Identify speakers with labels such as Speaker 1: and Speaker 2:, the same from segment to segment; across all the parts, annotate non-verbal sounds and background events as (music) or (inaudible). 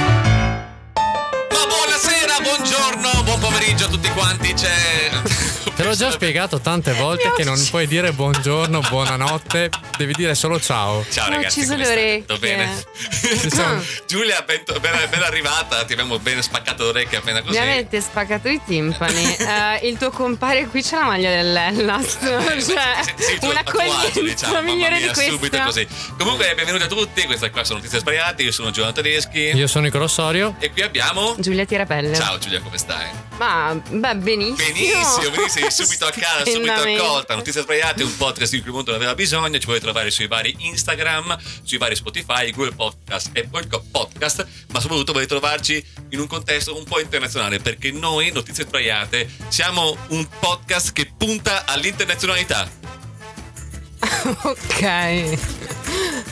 Speaker 1: (laughs)
Speaker 2: Cioè.
Speaker 3: Te l'ho già spiegato tante volte che non puoi dire buongiorno, buonanotte, devi dire solo ciao.
Speaker 2: Ciao
Speaker 1: Mi ha
Speaker 2: ragazzi,
Speaker 1: ucciso
Speaker 2: come
Speaker 1: le
Speaker 2: state? Tutto
Speaker 1: orecchie.
Speaker 2: bene?
Speaker 3: Ci siamo-
Speaker 2: (laughs) Giulia, ben, ben- ben arrivata, ti abbiamo ben spaccato l'orecchia appena così.
Speaker 1: Mi avete spaccato i
Speaker 2: (laughs)
Speaker 1: timpani. Eh, il tuo compare qui c'ha la maglia dell'Ellas.
Speaker 2: Eh,
Speaker 1: (laughs) cioè,
Speaker 2: (laughs) sì, sì, tu
Speaker 1: una
Speaker 2: tatuaggio,
Speaker 1: coglienza
Speaker 2: diciamo, mamma
Speaker 1: migliore
Speaker 2: mia,
Speaker 1: di questa.
Speaker 2: subito così. Comunque, benvenuti a tutti. Questa qua sono Notizie Sbagliate. Io sono Giovanni Tedeschi.
Speaker 3: Io sono Nicolò Sorio.
Speaker 2: E qui abbiamo.
Speaker 1: Giulia Tirapelle.
Speaker 2: Ciao Giulia, come stai?
Speaker 1: Ma beh, benissimo.
Speaker 2: Benissimo, benissimo,
Speaker 1: (laughs)
Speaker 2: subito a casa, subito
Speaker 1: Stupendamente.
Speaker 2: accolta. Notizie sbagliate, un podcast di cui il mondo ne aveva bisogno. Ci puoi trovare sui vari Instagram, sui vari Spotify, Google Podcast e Apple Podcast. Ma soprattutto puoi trovarci in un contesto un po' internazionale perché noi, Notizie sbagliate, siamo un podcast che punta all'internazionalità.
Speaker 1: Ok.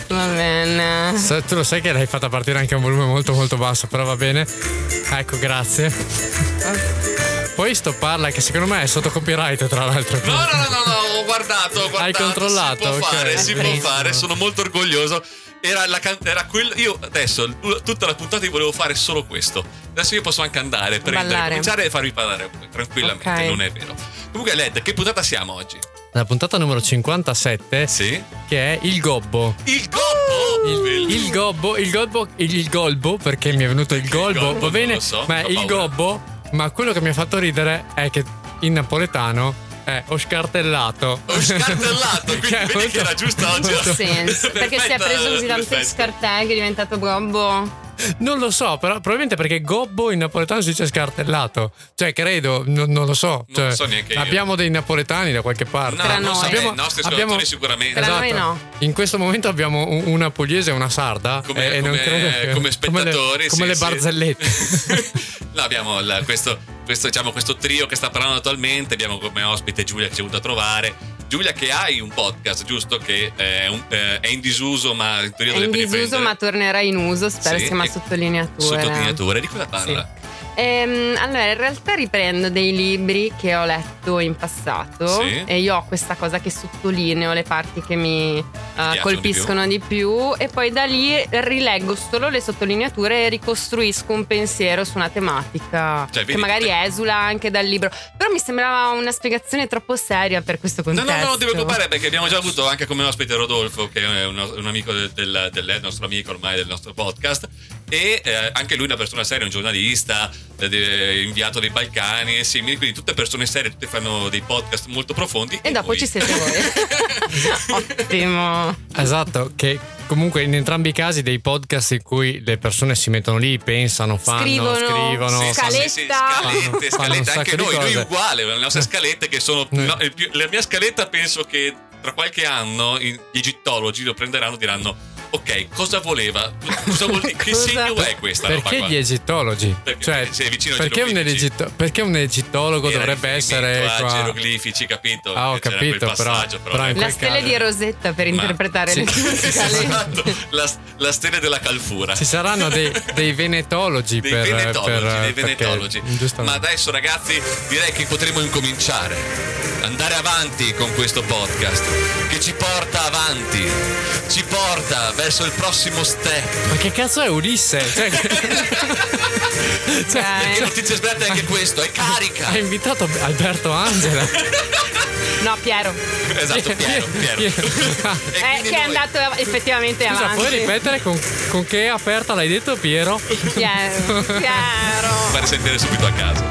Speaker 1: Va bene.
Speaker 3: Sa- Tu lo sai che l'hai fatta partire anche a un volume molto molto basso, però va bene. Ecco, grazie. Puoi stopparla che secondo me è sotto copyright tra l'altro.
Speaker 2: No, no, no, no, no, ho guardato, ho guardato.
Speaker 3: Hai controllato?
Speaker 2: Si può
Speaker 3: Ok.
Speaker 2: fare, si può
Speaker 1: Benissimo.
Speaker 2: fare, sono molto orgoglioso. Era, la can- era quello. Io adesso, l- tutta la puntata, io volevo fare solo questo. Adesso io posso anche andare per
Speaker 1: Ballare.
Speaker 2: cominciare e farvi parlare tranquillamente,
Speaker 1: Ok.
Speaker 2: non è vero. Comunque, Led, che puntata siamo oggi?
Speaker 3: La puntata numero 57
Speaker 2: Sì.
Speaker 3: che è il gobbo.
Speaker 2: Il gobbo!
Speaker 3: Il,
Speaker 2: Bellissimo.
Speaker 3: il gobbo, il gobbo, il, il golbo, perché mi è venuto il golbo,
Speaker 2: gobbo,
Speaker 3: va bene,
Speaker 2: non lo so,
Speaker 3: ma
Speaker 2: fa
Speaker 3: il
Speaker 2: paura.
Speaker 3: gobbo, ma quello che mi ha fatto ridere è che in napoletano è ho scartellato. Cioè,
Speaker 2: Ho scartellato, quindi vedi che era giusta oggi.
Speaker 1: Ha senso. Perché si è
Speaker 2: Perfetta,
Speaker 1: preso così tanto
Speaker 2: perfetto.
Speaker 1: scartag è diventato gobbo.
Speaker 3: Non lo so, però probabilmente perché gobbo in napoletano si dice scartellato. Cioè, credo, non, non lo so.
Speaker 2: Non lo
Speaker 3: Cioè,
Speaker 2: so neanche io.
Speaker 3: abbiamo dei napoletani da qualche parte. Esatto.
Speaker 2: No,
Speaker 1: Tra
Speaker 2: non so,
Speaker 1: noi.
Speaker 2: i nostri ascoltatori sicuramente.
Speaker 1: Tra noi no.
Speaker 3: In questo momento abbiamo un- una pugliese e una sarda. eh,
Speaker 2: Come-
Speaker 3: e- e non
Speaker 2: come-
Speaker 3: credo (laughs) che-
Speaker 2: come spettatori,
Speaker 3: Come le, come le
Speaker 2: sì, sì.
Speaker 3: barzellette.
Speaker 2: (laughs) no, abbiamo il- questo, questo, diciamo, questo trio che sta parlando attualmente. Abbiamo come ospite Giulia che ci è venuta a trovare. Giulia, che hai un podcast, giusto? Che è, un- eh, è in disuso, ma in
Speaker 1: È
Speaker 2: periodo
Speaker 1: in
Speaker 2: deve
Speaker 1: disuso,
Speaker 2: riprendere.
Speaker 1: ma tornerà in uso. Spero
Speaker 2: Sì,
Speaker 1: sia una
Speaker 2: e-
Speaker 1: sottolineatura.
Speaker 2: Sottolineatura, di cosa parla?
Speaker 1: Ehm, allora, in realtà riprendo dei libri che ho letto in passato
Speaker 2: Sì.
Speaker 1: e io ho questa cosa che sottolineo le parti che mi eh,
Speaker 2: piacciono
Speaker 1: colpiscono di più. e poi da lì rileggo solo le sottolineature e ricostruisco un pensiero su una tematica
Speaker 2: Cioè,
Speaker 1: che
Speaker 2: vedi-
Speaker 1: magari esula anche dal libro. Però mi sembrava una spiegazione troppo seria per questo
Speaker 2: No,
Speaker 1: contesto.
Speaker 2: no, no, non ti preoccupare perché abbiamo già avuto anche come ospite Rodolfo, che è un, un amico del, del- del nostro amico ormai del nostro podcast. E eh, anche lui è una persona seria, un giornalista, eh, de- inviato dei Balcani e simili. Quindi tutte persone serie, tutte fanno dei podcast molto profondi.
Speaker 1: E dopo
Speaker 2: voi-
Speaker 1: ci siete
Speaker 2: (laughs)
Speaker 1: (laughs) voi. Ottimo.
Speaker 3: Esatto, che comunque in entrambi i casi dei podcast in cui le persone si mettono lì, pensano, fanno,
Speaker 1: Scrivono,
Speaker 3: scrivono, fanno-
Speaker 1: sì, scaletta.
Speaker 3: Fanno-
Speaker 2: scalette,
Speaker 3: fanno un
Speaker 2: scalette, anche
Speaker 3: sacco di
Speaker 2: noi, noi
Speaker 3: cose.
Speaker 2: uguale, le nostre scalette che sono...
Speaker 3: Noi-
Speaker 2: no, il più- la mia scaletta penso che tra qualche anno i- gli egittologi lo prenderanno e diranno ok, cosa voleva? Cosa vuol
Speaker 3: (laughs)
Speaker 2: dire? Che
Speaker 1: Cosa-
Speaker 2: segno è questa roba
Speaker 3: Perché
Speaker 2: qua?
Speaker 3: gli egittologi?
Speaker 2: Perché-
Speaker 3: Cioè,
Speaker 2: sei vicino ai
Speaker 3: perché, un
Speaker 2: geroglifici.
Speaker 3: egitto- perché un egittologo
Speaker 2: Era
Speaker 3: dovrebbe essere
Speaker 2: riferimento a
Speaker 3: qua?
Speaker 2: ah, geroglifici, capito?
Speaker 3: Ah, ho
Speaker 2: C'era
Speaker 3: capito,
Speaker 2: quel
Speaker 3: però-
Speaker 2: passaggio, però,
Speaker 3: però
Speaker 2: ecco.
Speaker 3: in
Speaker 1: La
Speaker 3: quel
Speaker 1: stella
Speaker 3: caso-
Speaker 1: di Rosetta per
Speaker 2: Ma-
Speaker 1: interpretare
Speaker 3: sì.
Speaker 1: le scalette.
Speaker 2: (laughs) Esatto, la, la stella della calfura.
Speaker 3: Ci saranno dei, dei venetologi
Speaker 2: (laughs) dei
Speaker 3: per,
Speaker 2: venetologi,
Speaker 3: per-
Speaker 2: dei
Speaker 3: perché-
Speaker 2: venetologi. Ma
Speaker 3: giustamente.
Speaker 2: adesso ragazzi direi che potremo incominciare, andare avanti con questo podcast che ci porta avanti, ci porta verso il prossimo step.
Speaker 3: Ma che cazzo è Ulisse?
Speaker 2: (laughs)
Speaker 3: Cioè, cioè,
Speaker 2: Perché
Speaker 1: Ok.
Speaker 2: notizie sbagliate è anche questo, è carica.
Speaker 3: ha
Speaker 1: (laughs)
Speaker 3: invitato Alberto Angela.
Speaker 1: No, Piero.
Speaker 2: Esatto,
Speaker 1: (laughs)
Speaker 2: Piero, Piero. E
Speaker 1: Eh,
Speaker 2: quindi
Speaker 1: che è
Speaker 2: noi-
Speaker 1: andato effettivamente
Speaker 3: Scusa,
Speaker 1: avanti.
Speaker 3: puoi ripetere con, con che aperta l'hai detto Piero?
Speaker 2: (laughs)
Speaker 1: Piero. Piero.
Speaker 2: far sentire subito a casa.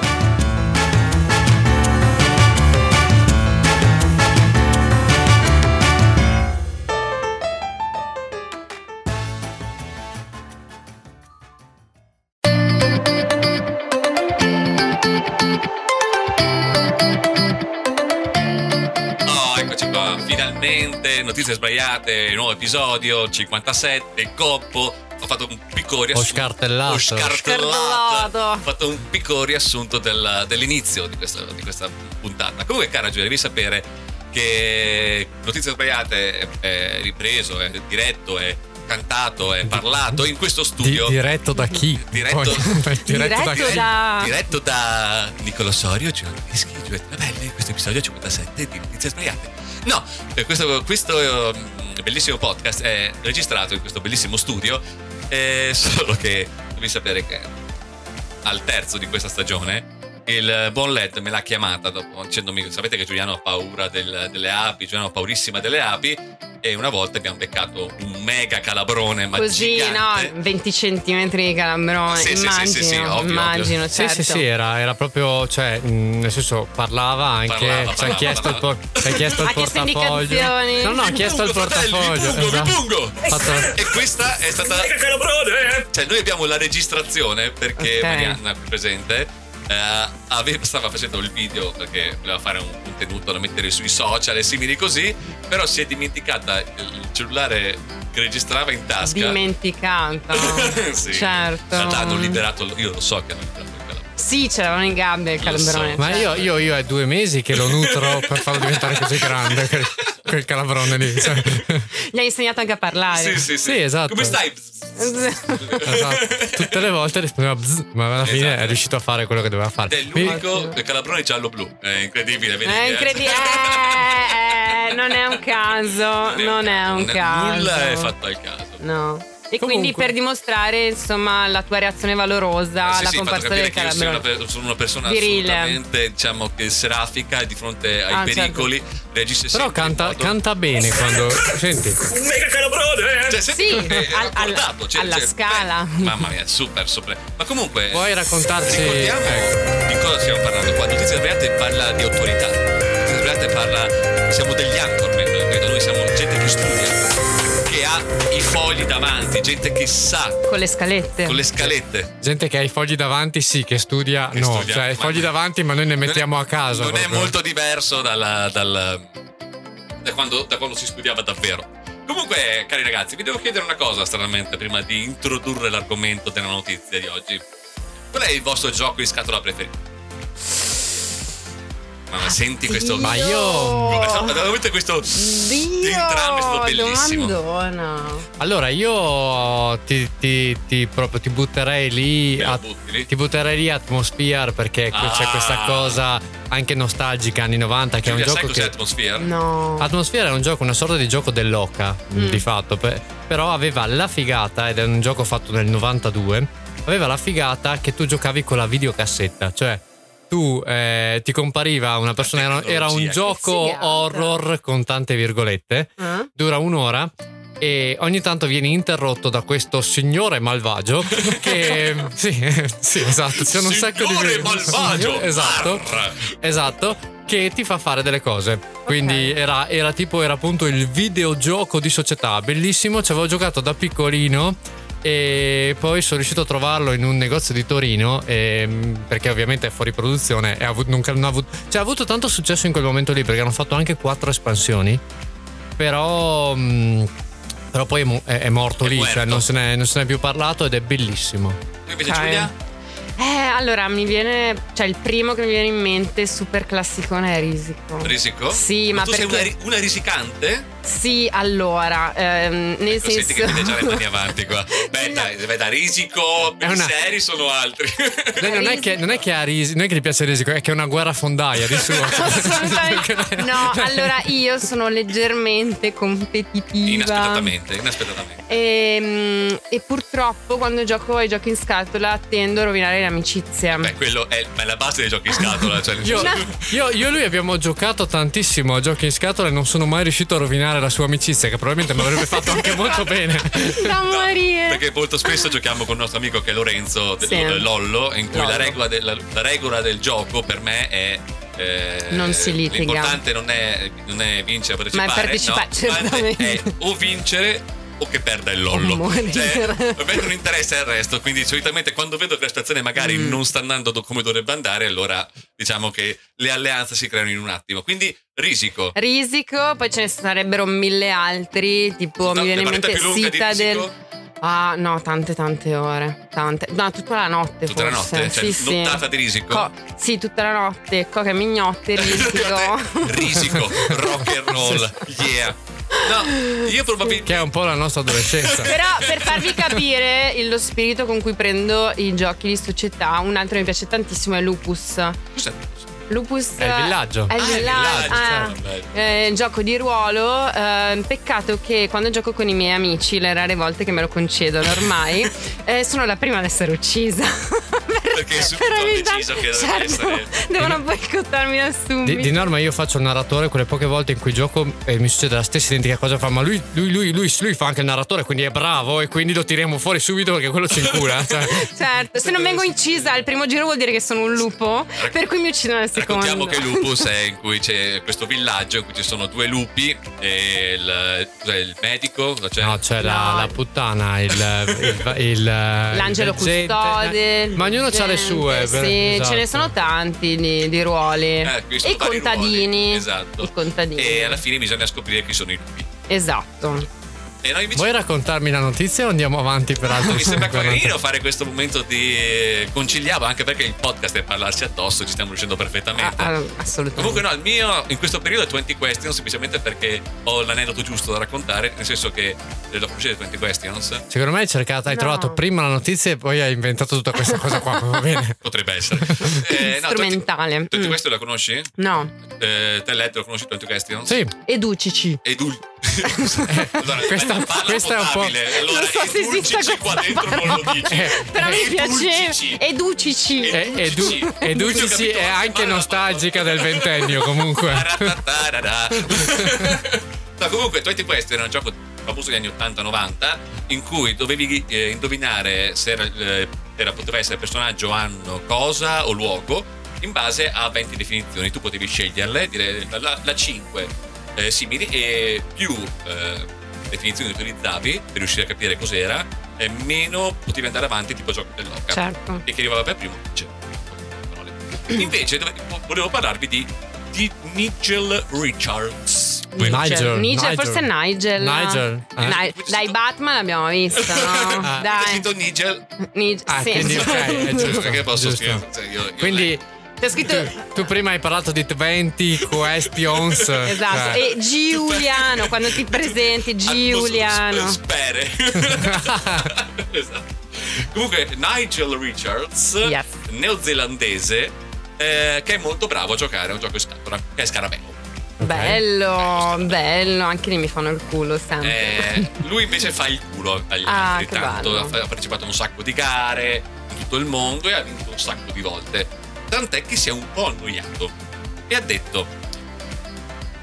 Speaker 2: Oh, eccoci qua, Finalmente, notizie sbagliate, nuovo episodio 57, il coppo. Ho fatto un piccolo riassunto.
Speaker 3: scartellato.
Speaker 2: Ho scartellato.
Speaker 1: Scartellato.
Speaker 2: Ho fatto un piccolo riassunto del- dell'inizio di questa, di questa puntata. Comunque, cara Giulia, devi sapere che Notizie Sbagliate è- è ripreso, è diretto, è cantato, è parlato in questo
Speaker 3: Di-
Speaker 2: studio.
Speaker 3: diretto da chi?
Speaker 2: Diretto-
Speaker 3: Poi- (laughs) diretto da
Speaker 1: Diretto
Speaker 3: chi?
Speaker 1: da-
Speaker 2: Diretto da cioè, Nicola Sorio, Giovanni Fischi, Giulia Trabelli, questo episodio 57 di Notizie Sbagliate. No, eh, questo, questo, eh, bellissimo podcast è registrato in questo bellissimo studio, eh, solo che devi sapere che al terzo di questa stagione il buon Led me l'ha chiamata dopo, dicendomi sapete che Giuliano ha paura del- delle api, Giuliano ha paurissima delle api e una volta abbiamo beccato un mega calabrone ma
Speaker 1: Così,
Speaker 2: gigante.
Speaker 1: no? 20 centimetri di calambrone.
Speaker 2: Sì, sì, sì,
Speaker 1: immagino,
Speaker 2: sì, sì, ovvio, ovvio.
Speaker 1: immagino, certo.
Speaker 3: Sì, sì, sì, era, era proprio, cioè, mh, nel senso, parlava anche.
Speaker 2: Parlava,
Speaker 3: ci ha
Speaker 2: parlava,
Speaker 3: chiesto, il por- ci ha chiesto il
Speaker 1: Ha chiesto
Speaker 3: portafoglio.
Speaker 1: indicazioni.
Speaker 3: No, no, ha
Speaker 2: Vi
Speaker 3: chiesto il
Speaker 2: pungo, fratelli, vi
Speaker 3: portafoglio.
Speaker 2: pungo, vi
Speaker 3: esatto.
Speaker 2: pungo.
Speaker 3: Fatto-
Speaker 2: E questa è stata. Cioè, noi abbiamo la registrazione perché
Speaker 1: Ok.
Speaker 2: Marianna qui presente. eh, aveva- stava facendo il video perché voleva fare un contenuto da mettere sui social e simili così però si è dimenticata il cellulare che registrava in tasca
Speaker 1: Dimenticato.
Speaker 2: (laughs) Sì.
Speaker 1: Certo.
Speaker 2: in realtà hanno liberato io lo so che hanno liberato il calabrone.
Speaker 1: Sì, c'erano in gabbia il
Speaker 2: Lo
Speaker 1: calambrone.
Speaker 2: so.
Speaker 3: Ma
Speaker 1: certo.
Speaker 3: io, io, io è due mesi che
Speaker 2: (laughs)
Speaker 3: lo nutro per farlo diventare così grande, quel, quel calabrone lì.
Speaker 2: (laughs)
Speaker 3: cioè.
Speaker 1: Gli hai insegnato anche a parlare.
Speaker 2: sì, sì, sì.
Speaker 3: Sì, esatto.
Speaker 2: come stai?
Speaker 3: (laughs) Esatto. Tutte le volte rispondeva bzz, ma alla fine
Speaker 2: Esatto.
Speaker 3: è riuscito a fare quello che doveva fare.
Speaker 2: Ed è
Speaker 3: Mi-
Speaker 2: l'unico calabrone giallo-blu è incredibile vedi
Speaker 1: È
Speaker 2: che- (laughs)
Speaker 1: incredibile. Eh, eh, non è un caso, non è un caso.
Speaker 2: Nulla è fatto al caso.
Speaker 1: No. E
Speaker 3: Comunque.
Speaker 1: quindi per dimostrare insomma la tua reazione valorosa
Speaker 2: Eh,
Speaker 1: alla
Speaker 2: sì, sì,
Speaker 1: comparsa
Speaker 2: fatto capire
Speaker 1: del
Speaker 2: che io sono una,
Speaker 1: calambrone.
Speaker 2: per- sono una persona
Speaker 1: Virile.
Speaker 2: assolutamente diciamo che serafica e di fronte ai
Speaker 1: Ah,
Speaker 2: pericoli reagisce
Speaker 3: Però
Speaker 2: sempre in
Speaker 3: canta,
Speaker 2: modo-
Speaker 3: canta bene quando. Senti,
Speaker 2: cioè, senti che
Speaker 1: Sì,
Speaker 2: è
Speaker 1: al- al-
Speaker 2: accordato, cioè-
Speaker 1: alla
Speaker 2: cioè,
Speaker 1: scala.
Speaker 2: beh, mamma mia super super ma comunque eh,
Speaker 3: puoi raccontarci.
Speaker 2: ricordiamo
Speaker 3: ecco.
Speaker 2: di cosa stiamo parlando qua Notizia sbagliate parla di autorità Notizie sbagliate parla siamo degli anchorman noi, credo. noi siamo gente che studia che ha i fogli davanti gente che sa
Speaker 1: Con le scalette.
Speaker 2: con le scalette
Speaker 3: Gente che ha i fogli davanti, sì, che studia,
Speaker 2: Che
Speaker 3: no.
Speaker 2: studia,
Speaker 3: cioè, i
Speaker 2: ma-
Speaker 3: fogli davanti, ma noi ne
Speaker 2: Non è-
Speaker 3: mettiamo a caso.
Speaker 2: Non è
Speaker 3: proprio.
Speaker 2: molto diverso dalla- dal- da, quando, da quando si studiava davvero. Comunque, cari ragazzi, vi devo chiedere una cosa stranamente prima di introdurre l'argomento della notizia di oggi. Qual è il vostro gioco di scatola preferito?
Speaker 1: Ah,
Speaker 2: Mamma, senti questo. (laughs)
Speaker 3: Ma io-
Speaker 2: Guarda, veramente questo.
Speaker 1: Dio,
Speaker 2: Entrambi sono bellissimo.
Speaker 1: domandona.
Speaker 3: Allora, io ti, ti- ti proprio ti butterei lì.
Speaker 2: Me la
Speaker 3: a-
Speaker 2: butti lì?
Speaker 3: ti butterei lì Atmosphere perché que- c'è
Speaker 2: Ah.
Speaker 3: questa cosa anche nostalgica anni 90 che è un
Speaker 2: Giulia, Ah. sai
Speaker 3: gioco
Speaker 2: cos'è
Speaker 3: che
Speaker 2: Atmosphere?
Speaker 1: No.
Speaker 3: Atmosphere è un gioco, una sorta di gioco dell'oca
Speaker 1: Mm.
Speaker 3: di fatto, pe- però aveva la figata, ed è un gioco fatto nel 92, aveva la figata che tu giocavi con la videocassetta, cioè tu eh, ti compariva una persona, era, era un
Speaker 2: tecnologia, che
Speaker 3: gioco
Speaker 1: figata.
Speaker 3: horror con tante virgolette,
Speaker 1: Eh?
Speaker 3: dura un'ora e ogni tanto vieni interrotto da questo signore malvagio
Speaker 2: (laughs)
Speaker 3: che... sì, sì, esatto, c'è un sacco di...
Speaker 2: Signore malvagio!
Speaker 3: (laughs) Esatto.
Speaker 2: Arr!
Speaker 3: Esatto, che ti fa fare delle cose. Quindi era, era tipo, era appunto il videogioco di società, bellissimo, ci avevo giocato da piccolino e poi sono riuscito a trovarlo in un negozio di Torino ehm, perché ovviamente è fuori produzione e ha avuto, non, non ha avuto, cioè, ha avuto tanto successo in quel momento lì perché hanno fatto anche quattro espansioni, però... mm, però poi è, mu- è- è morto
Speaker 2: È
Speaker 3: lì,
Speaker 2: muerto.
Speaker 3: cioè non se, ne, non se ne è più parlato ed è bellissimo.
Speaker 2: Tu invece,
Speaker 1: Ok.
Speaker 2: Giulia?
Speaker 1: Eh, allora mi viene. Cioè, il primo che mi viene in mente super classicone è Risico.
Speaker 2: Risico?
Speaker 1: Sì, ma
Speaker 2: tu sei
Speaker 1: perché-
Speaker 2: una, ri- una risicante?
Speaker 1: Sì, allora, ehm, nel
Speaker 2: Ecco, Senti
Speaker 1: senso.
Speaker 2: che ti dai già le mani avanti
Speaker 1: (laughs)
Speaker 2: qua. Beh,
Speaker 1: Sì,
Speaker 2: dai, beh, da risico,
Speaker 3: È una-
Speaker 2: seri sono altri.
Speaker 3: Lei Cioè, non è che, non è che ha risi- non è che gli piace il risico, è che è una guerra fondaia di suo.
Speaker 1: (laughs)
Speaker 2: (laughs)
Speaker 1: Assolutamente
Speaker 3: (laughs)
Speaker 1: no, allora io sono leggermente competitiva.
Speaker 2: inaspettatamente, inaspettatamente.
Speaker 1: Ehm, E, purtroppo quando gioco ai giochi in scatola tendo a rovinare le amicizie.
Speaker 2: Beh, quello è, ma è la base dei giochi in scatola. Cioè, nel
Speaker 3: Io,
Speaker 2: senso-
Speaker 3: io- io e lui abbiamo giocato tantissimo a giochi in scatola e non sono mai riuscito a rovinare la sua amicizia, che probabilmente mi avrebbe fatto anche molto bene.
Speaker 1: (laughs)
Speaker 3: (laughs)
Speaker 1: da
Speaker 2: No,
Speaker 1: morire.
Speaker 2: perché molto spesso giochiamo con il nostro amico che è Lorenzo del- eh,
Speaker 1: Sì.
Speaker 2: Lollo, in cui
Speaker 1: Lollo.
Speaker 2: la regola, del- la- la regola del gioco per me è. eh,
Speaker 1: Non si litiga.
Speaker 2: L'importante non è, non è vincere o partecipare,
Speaker 1: partecipare,
Speaker 2: no, l'importante è
Speaker 1: certamente.
Speaker 2: o vincere o che perda il lollo.
Speaker 1: O morire.
Speaker 2: Cioè, ovviamente non interessa il resto, quindi solitamente quando vedo che la situazione magari
Speaker 1: Mm.
Speaker 2: non sta andando do- come dovrebbe andare, allora diciamo che le alleanze si creano in un attimo. Quindi risico.
Speaker 1: Eh, Risico, poi ce ne sarebbero mille altri, tipo
Speaker 2: La-
Speaker 1: oh, mi viene
Speaker 2: la
Speaker 1: in
Speaker 2: partita
Speaker 1: mente
Speaker 2: più lunga di
Speaker 1: Citadel.
Speaker 2: risico,
Speaker 1: Ah, no, tante tante ore, tante. No, tutta la notte
Speaker 2: tutta la
Speaker 1: forse.
Speaker 2: notte, cioè
Speaker 1: sì, sì.
Speaker 2: nottata di risico.
Speaker 1: Co- sì, tutta la notte, coca
Speaker 2: (laughs)
Speaker 1: e mignotte, risico.
Speaker 2: Risico, rock and roll, yeah. No, io probabilmente.
Speaker 3: Che è un po' la nostra adolescenza.
Speaker 1: (laughs) Però per farvi capire il- lo spirito con cui prendo i giochi di società, un altro che mi piace tantissimo è Lupus.
Speaker 2: Cos'è?
Speaker 1: Lupus
Speaker 3: È il villaggio.
Speaker 1: È il
Speaker 2: Ah, è il
Speaker 1: villaggio,
Speaker 2: villaggio,
Speaker 1: ah.
Speaker 2: certo.
Speaker 1: Eh, gioco di ruolo, eh, peccato che quando gioco con i
Speaker 2: (laughs)
Speaker 1: miei amici, le rare volte che me lo concedono ormai, eh, sono la prima ad essere uccisa. (laughs) Per
Speaker 2: perché subito ho
Speaker 1: Veramente,
Speaker 2: deciso che doveva
Speaker 1: certo,
Speaker 2: essere.
Speaker 1: devono boicottarmi da subito.
Speaker 3: Di, di norma io faccio il narratore quelle poche volte in cui gioco e mi succede la stessa identica cosa fa ma lui, lui, lui, lui, lui fa anche il narratore quindi è bravo e quindi lo tiriamo fuori subito perché quello ci
Speaker 2: (laughs)
Speaker 3: incura cioè,
Speaker 1: Certo, se non vengo incisa al primo giro vuol dire che sono un lupo, per cui mi uccidono al secondo.
Speaker 2: Raccontiamo che
Speaker 1: (laughs)
Speaker 2: Lupus è in cui c'è questo villaggio in cui ci sono due lupi e il, cos'è, il medico. cosa c'è?
Speaker 3: no c'è la,
Speaker 1: No.
Speaker 3: la puttana il, il, il-
Speaker 1: L'angelo
Speaker 3: il Eh, gente-
Speaker 1: custode.
Speaker 3: ma ognuno ha
Speaker 1: ha
Speaker 3: le sue
Speaker 1: Sì,
Speaker 3: per- esatto.
Speaker 1: ce ne sono tanti di, di ruoli.
Speaker 2: Eh, qui
Speaker 1: e
Speaker 2: sono
Speaker 1: i
Speaker 2: vari
Speaker 1: contadini.
Speaker 2: ruoli, esatto.
Speaker 1: I contadini.
Speaker 2: E alla fine bisogna scoprire chi sono i lupi.
Speaker 1: Esatto.
Speaker 2: E noi invece
Speaker 3: vuoi raccontarmi la notizia o andiamo avanti per altro
Speaker 2: mi sembra carino fare questo momento di eh, conciliavo anche perché il podcast è parlarsi addosso, ci stiamo riuscendo
Speaker 1: Ah,
Speaker 2: perfettamente.
Speaker 1: ah, assolutamente.
Speaker 2: Comunque no, il mio in questo periodo è 20 Questions semplicemente perché ho l'aneddoto giusto da raccontare, nel senso che eh, lo conoscete 20 Questions?
Speaker 3: Secondo me hai cercato, hai
Speaker 1: No.
Speaker 3: trovato prima la notizia e poi hai inventato tutta questa cosa qua. Va bene.
Speaker 2: Potrebbe
Speaker 1: (laughs)
Speaker 2: essere. Eh, no, 20
Speaker 1: Strumentale.
Speaker 2: 20
Speaker 1: Mm.
Speaker 2: Questions la conosci?
Speaker 1: No,
Speaker 2: Eh, te letto, lo conosci 20 Questions?
Speaker 3: Sì,
Speaker 1: educici. (laughs)
Speaker 2: Edul...
Speaker 1: Eh,
Speaker 3: Questa- questa è un po'-
Speaker 2: Allora,
Speaker 1: non so se
Speaker 2: edulcici
Speaker 1: esista
Speaker 2: qua
Speaker 1: questa Eh,
Speaker 2: dentro non lo
Speaker 1: parola.
Speaker 2: dici.
Speaker 1: Però
Speaker 2: Eh,
Speaker 1: mi
Speaker 2: Edulcici.
Speaker 1: piaceva. Educici.
Speaker 2: Eh,
Speaker 3: e, e, du-
Speaker 2: Sì.
Speaker 3: e Ducci
Speaker 2: Ducci ho capito,
Speaker 3: è
Speaker 2: ma-
Speaker 3: anche
Speaker 2: ma-
Speaker 3: nostalgica del ventennio comunque.
Speaker 2: (laughs) Taratarara. no, comunque, 20 Quest era un gioco famoso degli anni 80-90 in cui dovevi eh, indovinare se era, eh, era- poteva essere personaggio, anno, cosa o luogo in base a 20 definizioni. Tu potevi sceglierle, dire la, la 5 eh, simili e più eh, definizioni utilizzavi per riuscire a capire cos'era e meno potevi andare avanti tipo gioco dell'oca
Speaker 1: Certo.
Speaker 2: e che arrivava per primo vinceva. Parole. Invece dove- vo- volevo parlarvi di, di Nigel Richards.
Speaker 3: Nigel,
Speaker 1: Nigel,
Speaker 3: Nigel.
Speaker 1: forse è Nigel.
Speaker 3: Nigel, eh?
Speaker 1: Dai, dai, Batman l'abbiamo visto,
Speaker 2: (laughs)
Speaker 1: no?
Speaker 3: Ah.
Speaker 2: Ho
Speaker 1: Dai.
Speaker 2: scritto Nigel.
Speaker 1: Nigel-
Speaker 3: Ah,
Speaker 1: sì.
Speaker 3: quindi ok,
Speaker 1: (laughs)
Speaker 2: (laughs)
Speaker 3: è giusto.
Speaker 2: Perché posso
Speaker 3: giusto.
Speaker 2: scrivere? Cioè, io- io-
Speaker 3: Quindi
Speaker 1: C'è scritto
Speaker 3: tu, tu prima hai parlato di 20
Speaker 2: (laughs)
Speaker 3: questions.
Speaker 1: Esatto,
Speaker 3: cioè. Ah,
Speaker 1: e Giuliano, quando ti presenti,
Speaker 2: Al posto di
Speaker 1: Giuliano.
Speaker 2: sp- (laughs) Spere. Esatto. Comunque, Nigel Richards,
Speaker 1: Yes.
Speaker 2: neozelandese, eh, che è molto bravo a giocare a un gioco in scatola, che è Scarabeo.
Speaker 1: Bello, bello, anche lì mi fanno il culo sempre. (laughs)
Speaker 2: Eh, lui invece fa il culo agli
Speaker 1: Ah,
Speaker 2: altri
Speaker 1: che
Speaker 2: tanto,
Speaker 1: bello.
Speaker 2: ha fa- ha partecipato a un sacco di gare in tutto il mondo e ha vinto un sacco di volte. Tant'è che si è un po' annoiato e ha detto: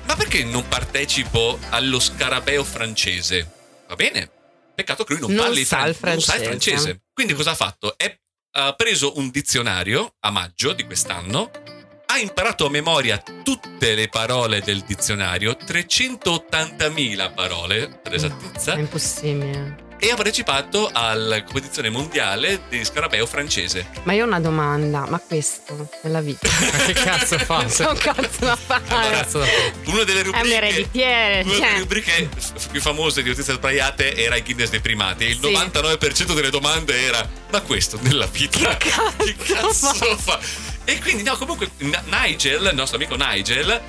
Speaker 2: Ma perché non partecipo allo scarabeo francese? Va bene, peccato che lui non,
Speaker 1: Non
Speaker 2: parli
Speaker 1: sa
Speaker 2: fran-
Speaker 1: il
Speaker 2: non sa il
Speaker 1: francese.
Speaker 2: francese. Quindi cosa ha fatto? È- ha preso un dizionario a maggio di quest'anno ha imparato a memoria tutte le parole del dizionario, 380.000 parole per
Speaker 1: È
Speaker 2: esattezza,
Speaker 3: Mm.
Speaker 1: impossibile.
Speaker 2: e ha partecipato alla competizione mondiale di scarabeo francese.
Speaker 1: Ma io ho una domanda, ma questo
Speaker 2: (laughs)
Speaker 1: nella vita?
Speaker 3: Ma che cazzo fa?
Speaker 1: (laughs) Non so un cazzo da
Speaker 2: Allora,
Speaker 1: fare.
Speaker 3: Cazzo da fare.
Speaker 2: Una delle
Speaker 1: È un
Speaker 2: rubriche,
Speaker 1: ereditiere,
Speaker 2: una delle
Speaker 1: cioè.
Speaker 2: rubriche f- più famose di notizie sbraiate era il Guinness dei primati. Il
Speaker 1: Sì.
Speaker 2: 99% delle domande era: Ma questo nella vita?
Speaker 1: Che cazzo
Speaker 2: Che cazzo fa? E quindi, no, comunque, N- Nigel, il nostro amico Nigel, eh,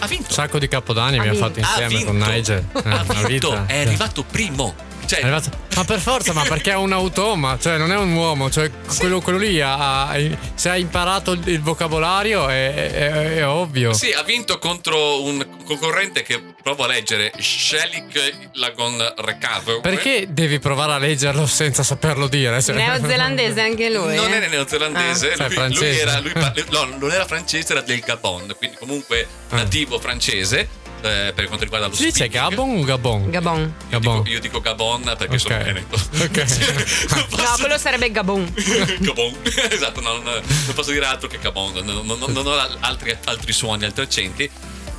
Speaker 2: ha vinto.
Speaker 3: Un sacco di capodanni abbiamo
Speaker 1: Ha
Speaker 3: fatto
Speaker 2: Ha
Speaker 3: insieme
Speaker 2: Ah, vinto.
Speaker 3: con Nigel. Eh,
Speaker 2: ha
Speaker 3: una
Speaker 2: vinto,
Speaker 3: vita.
Speaker 2: è arrivato primo. Cioè,
Speaker 3: È arrivato- Ma per forza, ma perché è un automa, cioè non è un uomo, cioè quello, quello lì ha, ha- se ha imparato il, il vocabolario è, è- è ovvio.
Speaker 2: sì, ha vinto contro un concorrente che provo a leggere, Shelik Lagon Recavo.
Speaker 3: Perché devi provare a leggerlo senza saperlo dire? Cioè-
Speaker 1: Neozelandese anche lui.
Speaker 2: Non
Speaker 1: eh?
Speaker 2: era neozelandese,
Speaker 3: Ah. Cioè,
Speaker 2: lui,
Speaker 3: francese.
Speaker 2: lui
Speaker 3: (laughs)
Speaker 2: era, lui par- no, non era francese, era del Gabon, quindi comunque
Speaker 3: Ah.
Speaker 2: nativo francese eh, per quanto riguarda lo
Speaker 3: (laughs) Si dice
Speaker 2: speaking.
Speaker 3: Gabon o Gabon?
Speaker 1: Ah, Gabon.
Speaker 2: Io
Speaker 3: Gabon.
Speaker 2: dico, io dico Gabon perché sono
Speaker 3: Ok.
Speaker 2: veneto. (laughs)
Speaker 3: Ok.
Speaker 2: Non
Speaker 1: No,
Speaker 2: posso-
Speaker 1: quello sarebbe Gabon.
Speaker 2: (laughs) Gabon, (laughs) esatto, no, non, non posso dire altro che Gabon, non, non- non- non ho altri, altri suoni, altri accenti.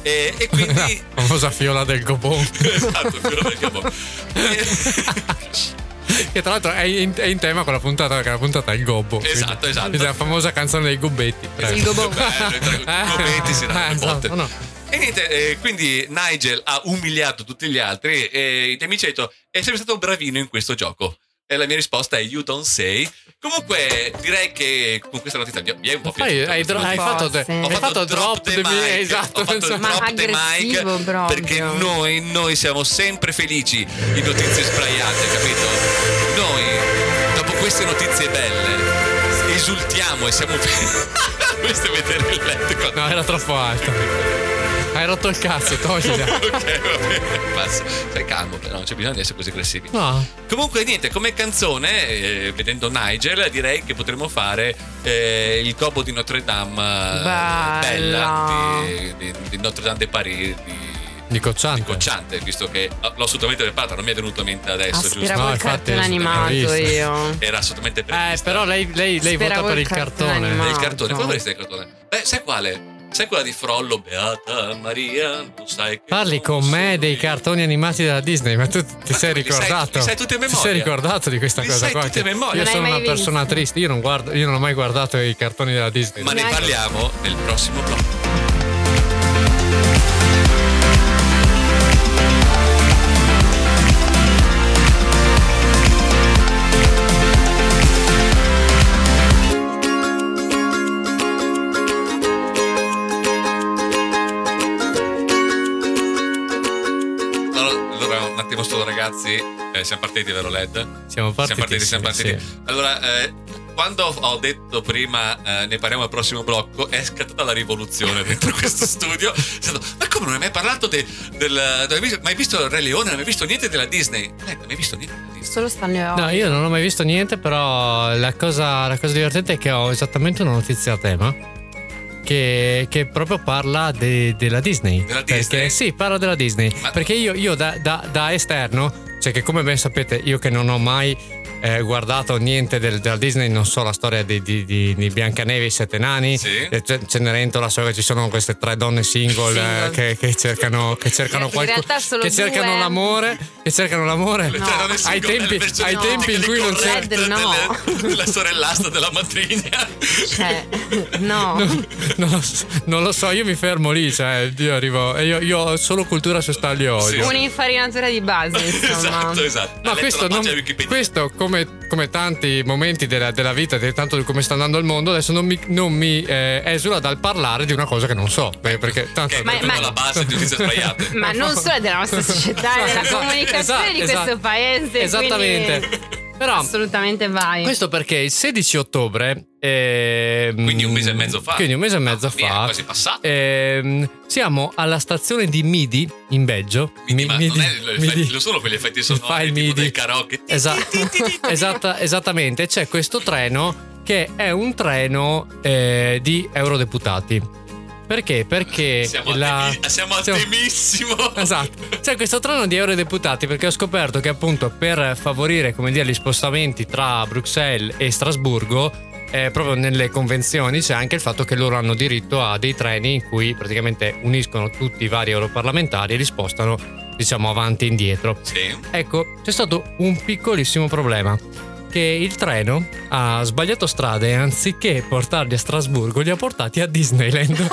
Speaker 2: E, e
Speaker 3: (laughs) La
Speaker 2: quindi
Speaker 3: famosa fiola del Gabon. (laughs)
Speaker 2: esatto, quello del Gabon.
Speaker 3: che tra l'altro è in, è in tema con la puntata, perché la puntata è il gobbo.
Speaker 2: Esatto,
Speaker 3: quindi-
Speaker 2: esatto.
Speaker 3: quindi La famosa canzone dei gobbetti.
Speaker 2: Il
Speaker 1: Gobbo.
Speaker 2: Gobetti si dà
Speaker 3: Ah,
Speaker 2: le botte.
Speaker 3: esatto, no.
Speaker 2: (laughs) E niente, eh, quindi Nigel ha umiliato tutti gli altri e i miei amici hanno detto è sempre stato bravino in questo gioco. E la mia risposta è you don't say. Comunque direi che con questa notizia vi vi è un po'
Speaker 3: Poi
Speaker 2: piaciuta
Speaker 3: hai,
Speaker 2: questa
Speaker 3: dro- hai
Speaker 2: notizia.
Speaker 3: fatto,
Speaker 1: Forse.
Speaker 3: hai
Speaker 2: Ho
Speaker 3: fatto drop the
Speaker 2: mic,
Speaker 3: mic, esatto.
Speaker 2: ho fatto
Speaker 3: insomma.
Speaker 1: Ma
Speaker 2: drop the mic
Speaker 1: aggressivo proprio.
Speaker 2: perché noi, noi siamo sempre felici di notizie sbraiate, capito? Noi, dopo queste notizie belle, (laughs) esultiamo e siamo... Questo è vedere il letto.
Speaker 3: No, era troppo alto. Hai rotto il
Speaker 2: (laughs)
Speaker 3: cazzo,
Speaker 2: (laughs)
Speaker 3: toglila.
Speaker 2: ok, va bene. Passa. Stai calmo, però non c'è bisogno di essere così aggressivi.
Speaker 3: No.
Speaker 2: Comunque, niente, come canzone, eh, vedendo Nigel, direi che potremmo fare eh, il copo di Notre Dame eh,
Speaker 1: Bella.
Speaker 2: bella di, di- di Notre Dame de Paris di,
Speaker 3: Di cocciante.
Speaker 2: di Cocciante, visto che ah, l'ho assolutamente preparata, non mi è venuto in mente adesso, giusto?
Speaker 3: No,
Speaker 1: Aspiravo il
Speaker 3: infatti,
Speaker 1: cartone
Speaker 3: assolutamente visto.
Speaker 1: animato io.
Speaker 2: Era assolutamente
Speaker 3: Eh,
Speaker 2: prevista.
Speaker 3: però lei, lei, lei vota
Speaker 1: Speravo
Speaker 3: per
Speaker 1: il
Speaker 3: il
Speaker 1: cartone
Speaker 3: cartone.
Speaker 1: animato.
Speaker 2: Del cartone,
Speaker 1: no.
Speaker 2: quale vorresti del cartone? Beh, sai quale? Sai quella di Frollo, Beata Maria, non sai che...
Speaker 3: Parli
Speaker 2: non
Speaker 3: con me
Speaker 2: sono
Speaker 3: dei
Speaker 2: io.
Speaker 3: cartoni animati della Disney, ma tu
Speaker 2: Ma
Speaker 3: ti sei
Speaker 2: tu li sai-
Speaker 3: ricordato?
Speaker 2: li sai tutti a
Speaker 3: Ti
Speaker 2: memoria?
Speaker 3: sei ricordato di questa
Speaker 2: Li
Speaker 3: cosa
Speaker 2: sai
Speaker 3: qua?
Speaker 2: tutti a
Speaker 3: che
Speaker 2: memoria?
Speaker 3: Io
Speaker 1: Non
Speaker 3: sono
Speaker 1: hai
Speaker 3: una
Speaker 1: mai
Speaker 3: persona triste, io non, guardo, io non ho mai guardato i cartoni della Disney.
Speaker 2: Ma ne
Speaker 1: Neanche-
Speaker 2: parliamo nel prossimo blocco. Allora, allora, un attimo solo ragazzi, Eh, siamo partiti vero LED?
Speaker 3: Siamo partiti.
Speaker 2: siamo partiti, siamo partiti. Allora, eh, quando ho detto prima eh, ne parliamo al prossimo blocco, è scattata la rivoluzione dentro (laughs) questo studio. È stato, ma come non hai mai parlato de- del. non hai visto- mai visto il Re Leone? Non hai visto niente della Disney? Eh, non hai visto niente della Disney.
Speaker 1: Solo Stanley Hawk.
Speaker 3: No, io non ho mai visto niente, però la cosa, la cosa divertente è che ho esattamente una notizia a tema che, che proprio parla de- della Disney.
Speaker 2: Della
Speaker 3: Perché-
Speaker 2: Disney?
Speaker 3: Sì, parla della Disney.
Speaker 2: Ma-
Speaker 3: Perché io, io da, da- da esterno, cioè che come ben sapete io che non ho mai eh, guardato niente del- della Disney, non so la storia di, di, di, di Biancaneve e i Sette Nani,
Speaker 2: Sì.
Speaker 3: eh, Ce- Cenerentola, so che ci sono queste tre donne single, eh,
Speaker 1: Single.
Speaker 3: che, che cercano, che cercano
Speaker 1: In
Speaker 3: qualcuno-
Speaker 1: realtà solo
Speaker 3: che cercano
Speaker 1: due.
Speaker 3: l'amore, che cercano l'amore.
Speaker 2: Le
Speaker 1: No.
Speaker 2: tre donne Cioè, single,
Speaker 3: Ai tempi-
Speaker 2: la versione
Speaker 3: ai tempi in cui non c'era-
Speaker 2: politically correct
Speaker 1: No.
Speaker 2: delle- della sorellastra della matrigna.
Speaker 3: (laughs)
Speaker 2: (laughs)
Speaker 1: Cioè, no.
Speaker 3: No, (laughs) non, lo so, non lo so, io mi fermo lì, cioè, io arrivo. Io, io ho solo cultura su Staglio
Speaker 2: Sì.
Speaker 3: Olio.
Speaker 1: Un'infarinatura di base, insomma.
Speaker 2: esatto, esatto. Ha
Speaker 3: Ma
Speaker 2: letto
Speaker 3: questo,
Speaker 2: la
Speaker 3: non-
Speaker 2: pagina Wikipedia.
Speaker 3: questo, come, come tanti momenti della, della vita, di tanto di come sta andando il mondo, adesso non mi, non mi, eh, esula dal parlare di una cosa che non so. Perché, perché tanto
Speaker 2: Che è
Speaker 1: Ma-
Speaker 2: proprio
Speaker 1: ma-
Speaker 2: la base di notizie
Speaker 3: (laughs)
Speaker 2: sbagliate.
Speaker 1: Ma non solo della nostra società, della
Speaker 3: Esatto,
Speaker 1: comunicazione
Speaker 3: esatto,
Speaker 1: di questo
Speaker 3: esatto.
Speaker 1: paese.
Speaker 3: Esattamente.
Speaker 1: quindi
Speaker 3: Però
Speaker 1: Assolutamente vai.
Speaker 3: questo perché il 16 ottobre. ehm,
Speaker 2: Quindi un mese e mezzo fa.
Speaker 3: Quindi un mese e mezzo
Speaker 2: Quindi è
Speaker 3: fa.
Speaker 2: quasi passato.
Speaker 3: ehm, siamo alla stazione di Midi in Belgio.
Speaker 2: Quindi,
Speaker 3: Mi-
Speaker 2: ma non, è l'effetto- non sono quegli effetti sonori
Speaker 3: Fa il
Speaker 2: tipo
Speaker 3: MIDI.
Speaker 2: del karaoke.
Speaker 3: Esa- (laughs) esatta- esattamente, c'è questo treno che è un treno eh, di eurodeputati. Perché? Perché
Speaker 2: Siamo,
Speaker 3: la-
Speaker 2: a, temi- siamo a
Speaker 3: siamo-
Speaker 2: temissimo.
Speaker 3: (laughs) Esatto, c'è questo treno di eurodeputati perché ho scoperto che appunto per favorire come dire, gli spostamenti tra Bruxelles e Strasburgo, eh, proprio nelle convenzioni c'è anche il fatto che loro hanno diritto a dei treni in cui praticamente uniscono tutti i vari europarlamentari e li spostano diciamo avanti e indietro.
Speaker 2: Sì.
Speaker 3: Ecco, c'è stato un piccolissimo problema. Che il treno ha sbagliato strada e anziché portarli a Strasburgo, li ha portati a Disneyland.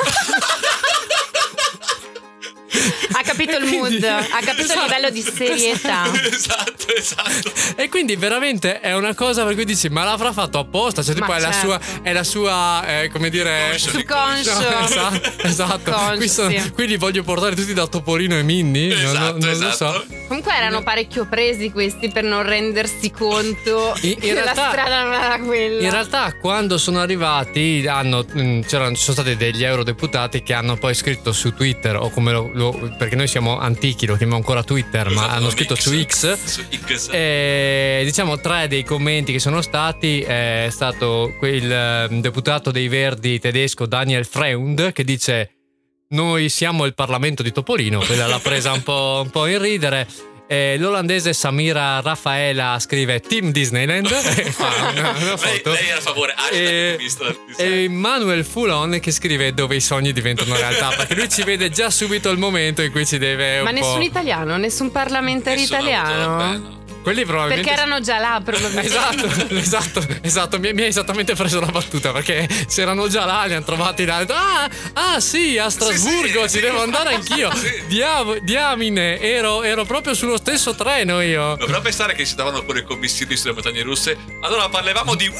Speaker 1: Ha capito il
Speaker 3: Quindi-
Speaker 1: mood, ha capito il
Speaker 3: Esatto.
Speaker 1: livello di serietà.
Speaker 2: (laughs) esatto, esatto.
Speaker 3: E quindi veramente è una cosa per cui dici: Ma l'avrà fatto apposta? Cioè,
Speaker 1: Ma
Speaker 3: tipo, è la
Speaker 1: certo.
Speaker 3: sua, è la sua eh, come dire.
Speaker 2: Conscio.
Speaker 1: Subconscio.
Speaker 3: No, esatto, esatto.
Speaker 1: Subconscio,
Speaker 3: Qui, sono-
Speaker 1: sì.
Speaker 3: qui li voglio portare tutti da Topolino e Minni. non-
Speaker 2: esatto,
Speaker 3: non, non
Speaker 2: esatto.
Speaker 3: lo so.
Speaker 1: Comunque erano parecchio presi questi per non rendersi conto
Speaker 3: In- in
Speaker 1: (laughs) che
Speaker 3: realtà-
Speaker 1: la strada non era quella.
Speaker 3: In realtà, quando sono arrivati, hanno- mh, c'erano- ci sono stati degli eurodeputati che hanno poi scritto su Twitter, o come lo, lo- perché noi siamo antichi, lo chiamiamo ancora Twitter, ma
Speaker 2: Esatto,
Speaker 3: hanno scritto su X. Eh,
Speaker 2: Su X.
Speaker 3: E, diciamo tre dei commenti che sono stati eh, è stato quel eh, deputato dei Verdi tedesco Daniel Freund che dice noi siamo il Parlamento di Topolino quella l'ha presa un po', un po' in ridere E l'olandese Samira Raffaela scrive Team
Speaker 2: (laughs)
Speaker 3: Disneyland e fa eh, una, una
Speaker 2: lei,
Speaker 3: foto Eh,
Speaker 2: lei era a favore. Ah,
Speaker 3: e,
Speaker 2: vista,
Speaker 3: e Manuel Fulon che scrive dove i sogni diventano realtà perché lui ci vede già subito il momento in cui ci deve un
Speaker 1: Ma
Speaker 3: po'
Speaker 1: nessun italiano, nessun parlamentare italiano.
Speaker 3: quelli probabilmente
Speaker 1: Perché erano già là probabilmente. (laughs)
Speaker 3: Esatto, (laughs) esatto, esatto. Mi, mi hai esattamente preso la battuta perché se erano già là, li hanno trovati là. Ho detto, Ah, ah, sì, a Strasburgo
Speaker 2: sì,
Speaker 3: ci
Speaker 2: sì.
Speaker 3: devo andare anch'io.
Speaker 2: Sì.
Speaker 3: Diavo- diamine, ero, ero proprio sullo stesso treno io.
Speaker 2: Dovrà pensare che si davano pure i commissari sulle montagne russe. Allora parlavamo di.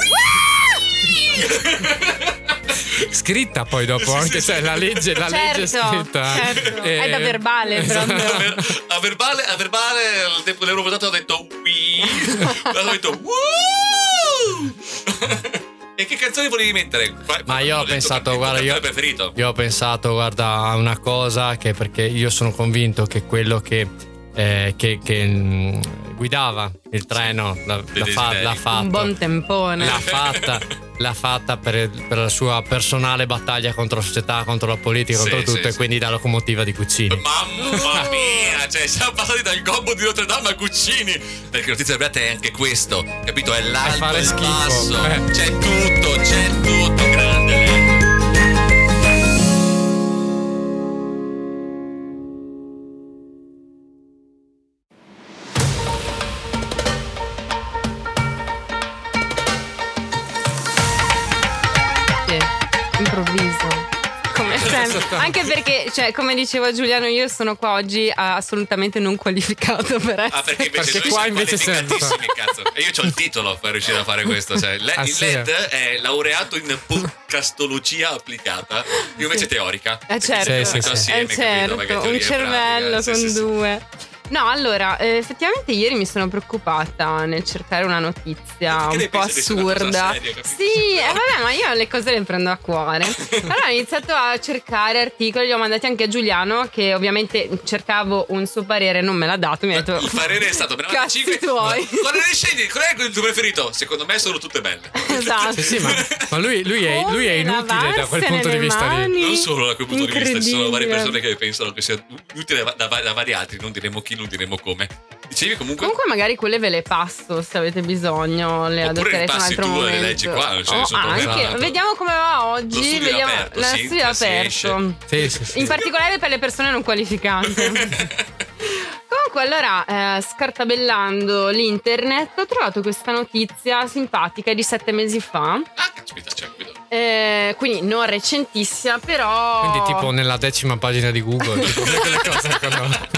Speaker 3: Scritta poi dopo,
Speaker 2: Sì, sì,
Speaker 3: anche se
Speaker 2: sì.
Speaker 3: la legge, la
Speaker 1: Certo,
Speaker 3: legge è scritta. Eh,
Speaker 1: certo. È da verbale,
Speaker 3: esatto.
Speaker 2: a, ver- a verbale, a verbale, il tempo
Speaker 3: (laughs)
Speaker 2: dell'Eurovotato ha detto. "Wii". Hanno detto. "Woo!" E che canzoni volevi mettere? Qua-
Speaker 3: Ma io
Speaker 2: ho
Speaker 3: ho
Speaker 2: detto
Speaker 3: pensato,
Speaker 2: che-
Speaker 3: guarda,
Speaker 2: il tuo
Speaker 3: io,
Speaker 2: cantante preferito.
Speaker 3: io ho pensato, guarda, a una cosa che perché io sono convinto che quello che, eh, che- che, mm, guidava il treno l'ha, l'ha fa-
Speaker 2: desideri.
Speaker 3: l'ha fatto.
Speaker 1: Un buon
Speaker 2: (laughs)
Speaker 1: tempone.
Speaker 3: L'ha fatta, l'ha fatta per, per la sua personale battaglia contro la società, contro la politica,
Speaker 2: Sì,
Speaker 3: contro
Speaker 2: sì,
Speaker 3: tutto, e
Speaker 2: sì.
Speaker 3: quindi da locomotiva
Speaker 2: (laughs)
Speaker 3: di Cuccini.
Speaker 2: Mamma mia, cioè siamo passati dal gobbo di Notre Dame a Cuccini. Perché notizia della Beata è anche questo, capito? È l'alto,
Speaker 3: fare
Speaker 2: il
Speaker 3: schifo.
Speaker 2: basso,
Speaker 3: Eh.
Speaker 2: c'è tutto, c'è tutto, grande lei.
Speaker 1: Sì, improvviso. Come sempre. Anche perché, cioè, come diceva Giuliano, io sono qua oggi ah, assolutamente non qualificato per essere.
Speaker 2: Ah, perché invece
Speaker 3: Perché
Speaker 2: noi
Speaker 3: qua
Speaker 2: siamo
Speaker 3: invece sento.
Speaker 2: qualificatissimi, cazzo. E io ho il titolo per riuscire a fare questo. Cioè, le-
Speaker 3: Ah,
Speaker 2: il
Speaker 3: sì,
Speaker 2: LED è laureato in podcastologia applicata, io invece teorica.
Speaker 1: Eh certo,
Speaker 2: Perché
Speaker 3: Sì, sì, sì.
Speaker 2: siamo assieme,
Speaker 1: eh,
Speaker 2: capito?
Speaker 1: certo.
Speaker 2: Perché teoria
Speaker 1: un
Speaker 2: e
Speaker 1: cervello
Speaker 2: pratica, sì,
Speaker 1: con
Speaker 2: sì, sì.
Speaker 1: due. No, allora, eh, effettivamente ieri mi sono preoccupata nel cercare una notizia
Speaker 2: Perché
Speaker 1: un
Speaker 2: ne
Speaker 1: po'
Speaker 2: pensi che sia una cosa
Speaker 1: assurda.
Speaker 2: seria, capito?
Speaker 1: sì, eh, vabbè, ma io le cose le prendo
Speaker 2: (laughs)
Speaker 1: a cuore. Allora ho iniziato a cercare articoli, li ho mandati anche a Giuliano, che ovviamente cercavo un suo parere, non me l'ha dato, mi ha detto...
Speaker 2: Il parere è stato bravo.
Speaker 1: Cazzi
Speaker 2: cinque-
Speaker 1: tuoi.
Speaker 2: Quale ne scegli? Qual è il tuo preferito? Secondo me sono tutte belle.
Speaker 1: Esatto.
Speaker 3: Sì, sì, ma, ma lui, lui è, lui è inutile da quel punto di vista lì.
Speaker 2: Non solo da quel punto di vista, ci sono varie persone che pensano che sia utile da, da- da vari altri, non diremo chi, non diremo come. Dicevi comunque. (laughs)
Speaker 1: Comunque magari quelle ve le passo se avete bisogno,
Speaker 2: Oppure
Speaker 1: le
Speaker 2: le
Speaker 1: adotterete un
Speaker 2: passi
Speaker 1: altro
Speaker 2: tu e le
Speaker 1: momento.
Speaker 2: leggi qua, non c'è
Speaker 1: Oh,
Speaker 2: nessun problema.
Speaker 1: anche- vediamo come va oggi,
Speaker 2: Lo studio è
Speaker 1: vediamo
Speaker 2: aperto,
Speaker 1: la
Speaker 2: sì,
Speaker 1: studio è
Speaker 2: si esce.
Speaker 1: aperto.
Speaker 3: Sì, sì, sì.
Speaker 1: In particolare per le persone
Speaker 2: (laughs)
Speaker 1: non qualificate. Comunque allora, eh, scartabellando l'internet, ho trovato questa notizia simpatica di sette mesi fa,
Speaker 2: ah, caspita, c'è capito.
Speaker 1: eh, quindi non recentissima, però...
Speaker 3: Quindi, tipo, nella decima pagina di Google,
Speaker 1: (laughs)
Speaker 3: tipo, (laughs) quelle cose secondo-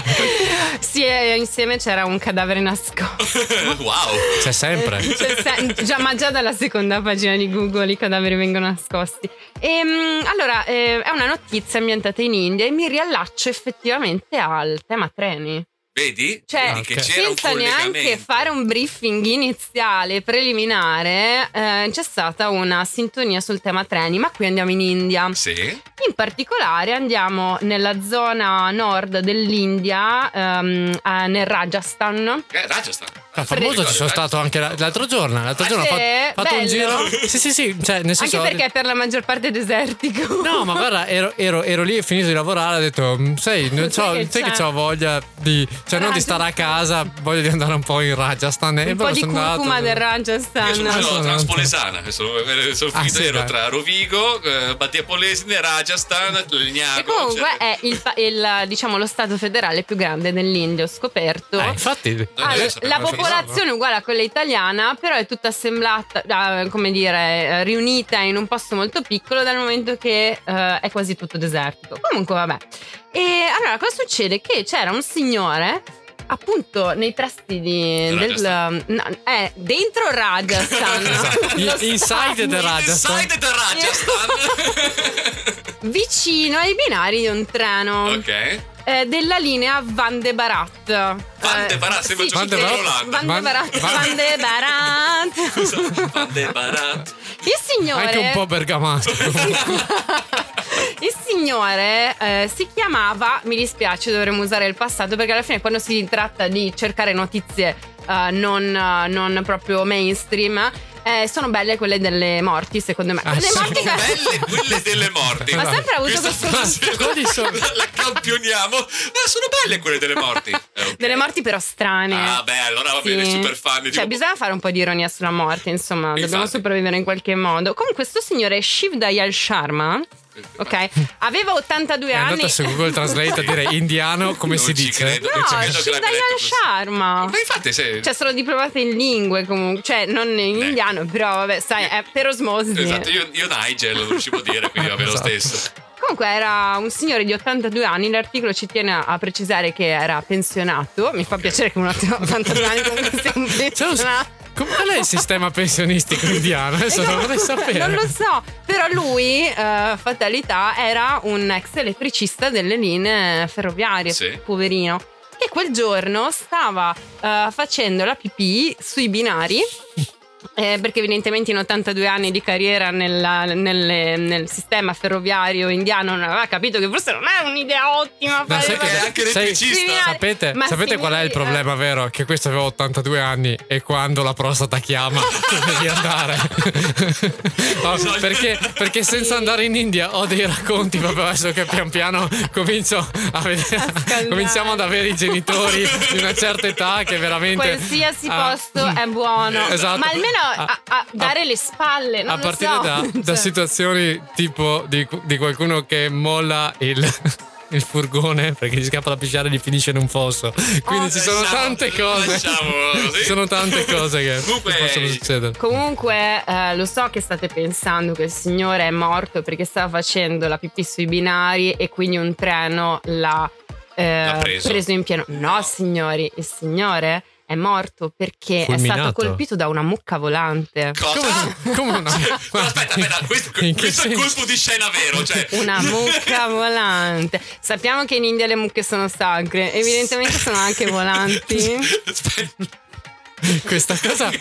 Speaker 1: Sì, e insieme c'era un cadavere nascosto.
Speaker 2: wow.
Speaker 3: C'è Eh, sempre.
Speaker 1: Cioè, se- già, ma già dalla seconda pagina di Google i cadaveri vengono nascosti. Ehm, allora, eh, è una notizia ambientata in India e mi riallaccio effettivamente al tema treni.
Speaker 2: Vedi?
Speaker 1: Cioè,
Speaker 2: Vedi che
Speaker 3: ok.
Speaker 2: c'era un
Speaker 1: Senza neanche
Speaker 2: collegamento.
Speaker 1: fare un briefing iniziale, preliminare, eh, c'è stata una sintonia sul tema treni, ma qui andiamo in India.
Speaker 2: Sì. Eh,
Speaker 1: In particolare andiamo nella zona nord dell'India, ehm, eh, nel Rajasthan.
Speaker 2: Eh, Rajasthan.
Speaker 3: Ah, famoso ci sono stato anche la- l'altro giorno. L'altro
Speaker 2: Ah,
Speaker 3: giorno ho
Speaker 1: sì?
Speaker 3: fatto, fatto un
Speaker 1: Bello.
Speaker 3: giro. Sì, sì, sì. Cioè, nel senso,
Speaker 1: Anche perché è per la maggior parte desertico.
Speaker 3: No, ma guarda, ero, ero- ero lì e finito di lavorare. Ho detto, "Mm, sai, non
Speaker 1: Sai
Speaker 3: c'ho-
Speaker 1: che
Speaker 3: sai
Speaker 1: c'è?"
Speaker 3: che ho voglia di. cioè, non di stare a casa, voglio di andare un po' in Rajasthan. e
Speaker 1: un po'
Speaker 3: poi
Speaker 1: di
Speaker 3: sono
Speaker 1: curcuma
Speaker 3: andato.
Speaker 1: del
Speaker 2: Io sono,
Speaker 1: Rajasthan.
Speaker 3: Ah,
Speaker 2: sono
Speaker 3: sono-
Speaker 2: traspolesana, sono, eh, sono
Speaker 3: Ah,
Speaker 2: finito,
Speaker 3: sì,
Speaker 2: ero
Speaker 3: dai.
Speaker 2: tra Rovigo, eh, Battia Polesine, Rajasthan, Legnago.
Speaker 1: E Eh, comunque
Speaker 2: cioè-
Speaker 1: è il, pa- il, diciamo, lo stato federale più grande dell'India, ho scoperto.
Speaker 3: Eh, infatti,
Speaker 2: Ah,
Speaker 1: Allora,
Speaker 2: io sapevo
Speaker 1: la
Speaker 2: che era
Speaker 1: popolazione è uguale a quella italiana, però è tutta assemblata, ah, come dire, eh, riunita in un posto molto piccolo dal momento che eh, è quasi tutto desertico. Comunque, vabbè. E allora cosa succede? Che c'era un signore. Appunto, nei trasti di, del,
Speaker 2: Rajasthan.
Speaker 1: no, eh, dentro
Speaker 2: (laughs)
Speaker 1: Rajasthan,
Speaker 2: Esatto.
Speaker 1: (laughs) Lo
Speaker 3: I- Inside the
Speaker 1: stadio.
Speaker 3: Rajasthan.
Speaker 2: Inside the Rajasthan.
Speaker 1: vicino ai binari di un treno
Speaker 2: (laughs) ok.
Speaker 1: eh, della linea Van de Barat. Eh, Van
Speaker 2: de Barat, sembra
Speaker 3: Van de Barat.
Speaker 1: Van de
Speaker 3: Van-
Speaker 1: Barat.
Speaker 3: Van-
Speaker 1: Van de
Speaker 2: (laughs)
Speaker 1: Barat.
Speaker 2: Scusa, Van de Barat.
Speaker 1: Il signore,
Speaker 3: Anche un po' bergamasco.
Speaker 1: (laughs) il signore eh, si chiamava, mi dispiace dovremmo usare il passato perché alla fine quando si tratta di cercare notizie eh, non, eh, non proprio mainstream eh, sono belle quelle delle morti secondo me.
Speaker 3: Ah,
Speaker 1: le
Speaker 3: sì.
Speaker 1: morti che-
Speaker 2: Belle quelle delle morti.
Speaker 1: Ma sempre ha avuto
Speaker 2: Questa
Speaker 1: questo
Speaker 2: frase
Speaker 3: Quali sono?
Speaker 2: la, la campioniamo. Ma sono belle quelle delle morti. Eh, ok.
Speaker 1: Delle morti però strane.
Speaker 2: Ah, beh, allora va bene,
Speaker 1: Sì.
Speaker 2: super fan. Esatto.
Speaker 1: Cioè,
Speaker 2: tipo-
Speaker 1: bisogna fare un po' di ironia sulla morte, insomma,
Speaker 2: Infatti.
Speaker 1: dobbiamo sopravvivere in qualche modo. Comunque, questo signore Shiv Dayal Sharma, ok, aveva 82
Speaker 3: È andata
Speaker 1: anni.
Speaker 3: su Google Translate a dire indiano come
Speaker 2: Non
Speaker 3: si
Speaker 2: ci
Speaker 3: dice.
Speaker 2: credo.
Speaker 1: (laughs) No,
Speaker 2: Cioè, credo che
Speaker 1: Shiv
Speaker 2: l'abbia
Speaker 1: Dayal
Speaker 2: detto così.
Speaker 1: Sharma.
Speaker 2: Ma infatti, se.
Speaker 1: Cioè, sono diplomate in lingue comunque, cioè non in
Speaker 2: Eh.
Speaker 1: indiano, però vabbè, sai, è per osmosi.
Speaker 2: Esatto, io, io Nigel lo riuscivo a dire, quindi va bene lo
Speaker 3: Esatto.
Speaker 2: stesso.
Speaker 1: Comunque era un signore di 82 anni, l'articolo ci tiene a- a precisare che era pensionato, mi fa piacere che un attimo
Speaker 3: (laughs)
Speaker 1: 82 anni comunque sia
Speaker 3: Cioè,
Speaker 1: un
Speaker 3: non so-
Speaker 1: pensionato.
Speaker 3: com- qual è il sistema pensionistico indiano? Adesso
Speaker 1: Eh,
Speaker 3: non
Speaker 1: no,
Speaker 3: vorrei sapere.
Speaker 1: non lo so, però lui, eh, fatalità, era un ex elettricista delle linee ferroviarie,
Speaker 2: Sì.
Speaker 1: poverino.
Speaker 3: (laughs)
Speaker 1: Che quel giorno stava eh, facendo la pipì sui binari Eh, perché evidentemente in 82 anni di carriera nella- nelle- nel sistema ferroviario indiano non aveva capito che forse non è un'idea ottima
Speaker 3: Ma
Speaker 2: Ma
Speaker 3: sai
Speaker 2: è
Speaker 3: cosa-
Speaker 2: anche
Speaker 3: sai-
Speaker 2: elettricista.
Speaker 3: Sapete,
Speaker 1: Ma
Speaker 3: sapete
Speaker 1: sì,
Speaker 3: qual è il
Speaker 1: eh.
Speaker 3: problema vero? Che questo aveva 82 anni e quando la prostata
Speaker 1: (laughs)
Speaker 3: chiama devi andare. No, perché, perché senza andare in India ho dei racconti proprio adesso che pian piano comincio a vedere,
Speaker 1: scaldare.
Speaker 3: cominciamo ad avere i genitori di una certa età che veramente...
Speaker 1: qualsiasi
Speaker 3: ah,
Speaker 1: posto è buono
Speaker 3: Esatto.
Speaker 1: ma almeno a, a
Speaker 3: A-
Speaker 1: dare le
Speaker 2: Eh,
Speaker 1: spalle non
Speaker 3: a
Speaker 1: lo
Speaker 3: partire
Speaker 1: so.
Speaker 2: (laughs)
Speaker 1: (laughs)
Speaker 3: da, da
Speaker 1: Cioè,
Speaker 3: situazioni tipo di, di qualcuno che molla il, (laughs) il furgone perché gli scappa da pisciare e gli finisce in un fosso. Quindi
Speaker 1: Oh,
Speaker 3: ci sono
Speaker 2: Ah, lasciamo-
Speaker 3: tante cose.
Speaker 2: lasciamo così.
Speaker 3: (laughs) Ci sono tante cose che
Speaker 2: Comunque-
Speaker 3: possono succedere.
Speaker 1: Comunque, eh, lo so che state pensando che il signore è morto perché stava facendo la pipì sui binari e quindi un treno l'ha, eh,
Speaker 2: L'ha preso.
Speaker 1: in pieno. No, signori, il signore è morto perché è stato
Speaker 3: Fulminato.
Speaker 1: colpito da una mucca volante.
Speaker 2: Cosa?
Speaker 3: Come,
Speaker 2: (laughs)
Speaker 3: come una,
Speaker 2: Cioè,
Speaker 3: ma-
Speaker 2: aspetta, aspetta, questo,
Speaker 3: in che
Speaker 2: questo è il
Speaker 3: senso?
Speaker 2: colpo di scena vero. Cioè.
Speaker 1: Una
Speaker 2: (laughs)
Speaker 1: mucca volante. Sappiamo che in India le mucche sono sacre, evidentemente sono anche volanti.
Speaker 2: Aspetta.
Speaker 3: (laughs) Questa
Speaker 2: (laughs)
Speaker 3: cosa,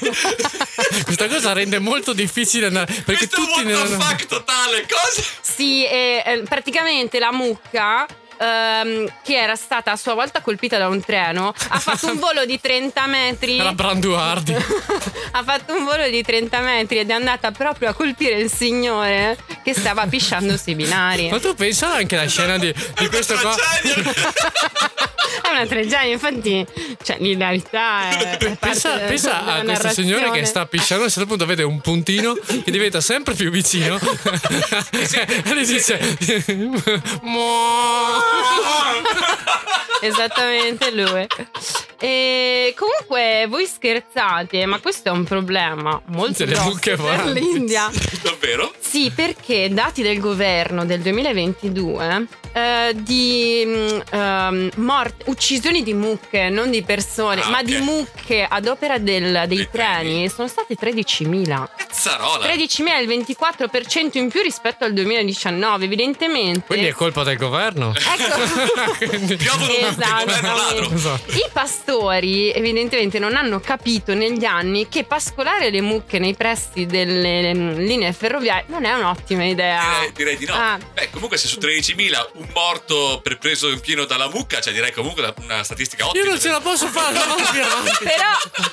Speaker 3: questa cosa rende molto difficile andare. Perché
Speaker 2: Questo è
Speaker 3: tutti
Speaker 2: un what the
Speaker 3: ne-
Speaker 2: fuck totale. Cosa?
Speaker 1: Sì, e, eh, praticamente la mucca. ehm, che era stata a sua volta colpita da un treno ha fatto un volo di 30 metri
Speaker 3: Era Branduardi.
Speaker 1: (laughs) ha fatto un volo di 30 metri ed è andata proprio a colpire il signore che stava pisciando
Speaker 3: (laughs)
Speaker 1: sui binari
Speaker 3: Ma tu pensa anche alla
Speaker 2: Esatto.
Speaker 3: scena di, di questo qua.
Speaker 2: (laughs) Tragedia.
Speaker 1: è una tragedia infatti cioè l'idealità è, è parte
Speaker 3: Pensa,
Speaker 1: de-
Speaker 3: pensa
Speaker 1: della
Speaker 3: a questo
Speaker 1: narrazione.
Speaker 3: signore che sta pisciando e a un certo punto vede un puntino che diventa sempre più vicino (laughs) e gli dice "Mo".
Speaker 1: Esattamente lui. E comunque voi scherzate, ma questo è un problema molto
Speaker 3: Delle
Speaker 1: grosso
Speaker 3: mucche
Speaker 1: per
Speaker 3: volanti. (laughs)
Speaker 1: l'India.
Speaker 2: Davvero?
Speaker 1: Sì, perché dati del governo del 2022 eh, di mm, ehm, morte- uccisioni di mucche, non di persone,
Speaker 2: Ah,
Speaker 1: ma
Speaker 2: ok.
Speaker 1: di mucche ad opera del- dei
Speaker 2: Dei
Speaker 1: treni,
Speaker 2: treni.
Speaker 1: sono state 13.000.
Speaker 2: Cazzarola.
Speaker 1: 13.000 è il 24% in più rispetto al 2019, evidentemente.
Speaker 3: quindi è (laughs) colpa del governo
Speaker 1: (laughs) Ecco.
Speaker 3: Quindi-
Speaker 2: Piovono mucche,
Speaker 1: Esatto.
Speaker 2: governo ladro.
Speaker 3: Esatto.
Speaker 1: I pastori evidentemente non hanno capito negli anni che pascolare le mucche nei pressi delle mm, linee ferroviarie non è un'ottima idea.
Speaker 2: Direi, direi di Eh, no.
Speaker 1: Ah.
Speaker 2: Beh, comunque, se su 13.000 un morto per preso in pieno dalla mucca, cioè direi comunque una statistica ottima.
Speaker 3: io non ce la posso fare (laughs) non vado più avanti.
Speaker 1: Però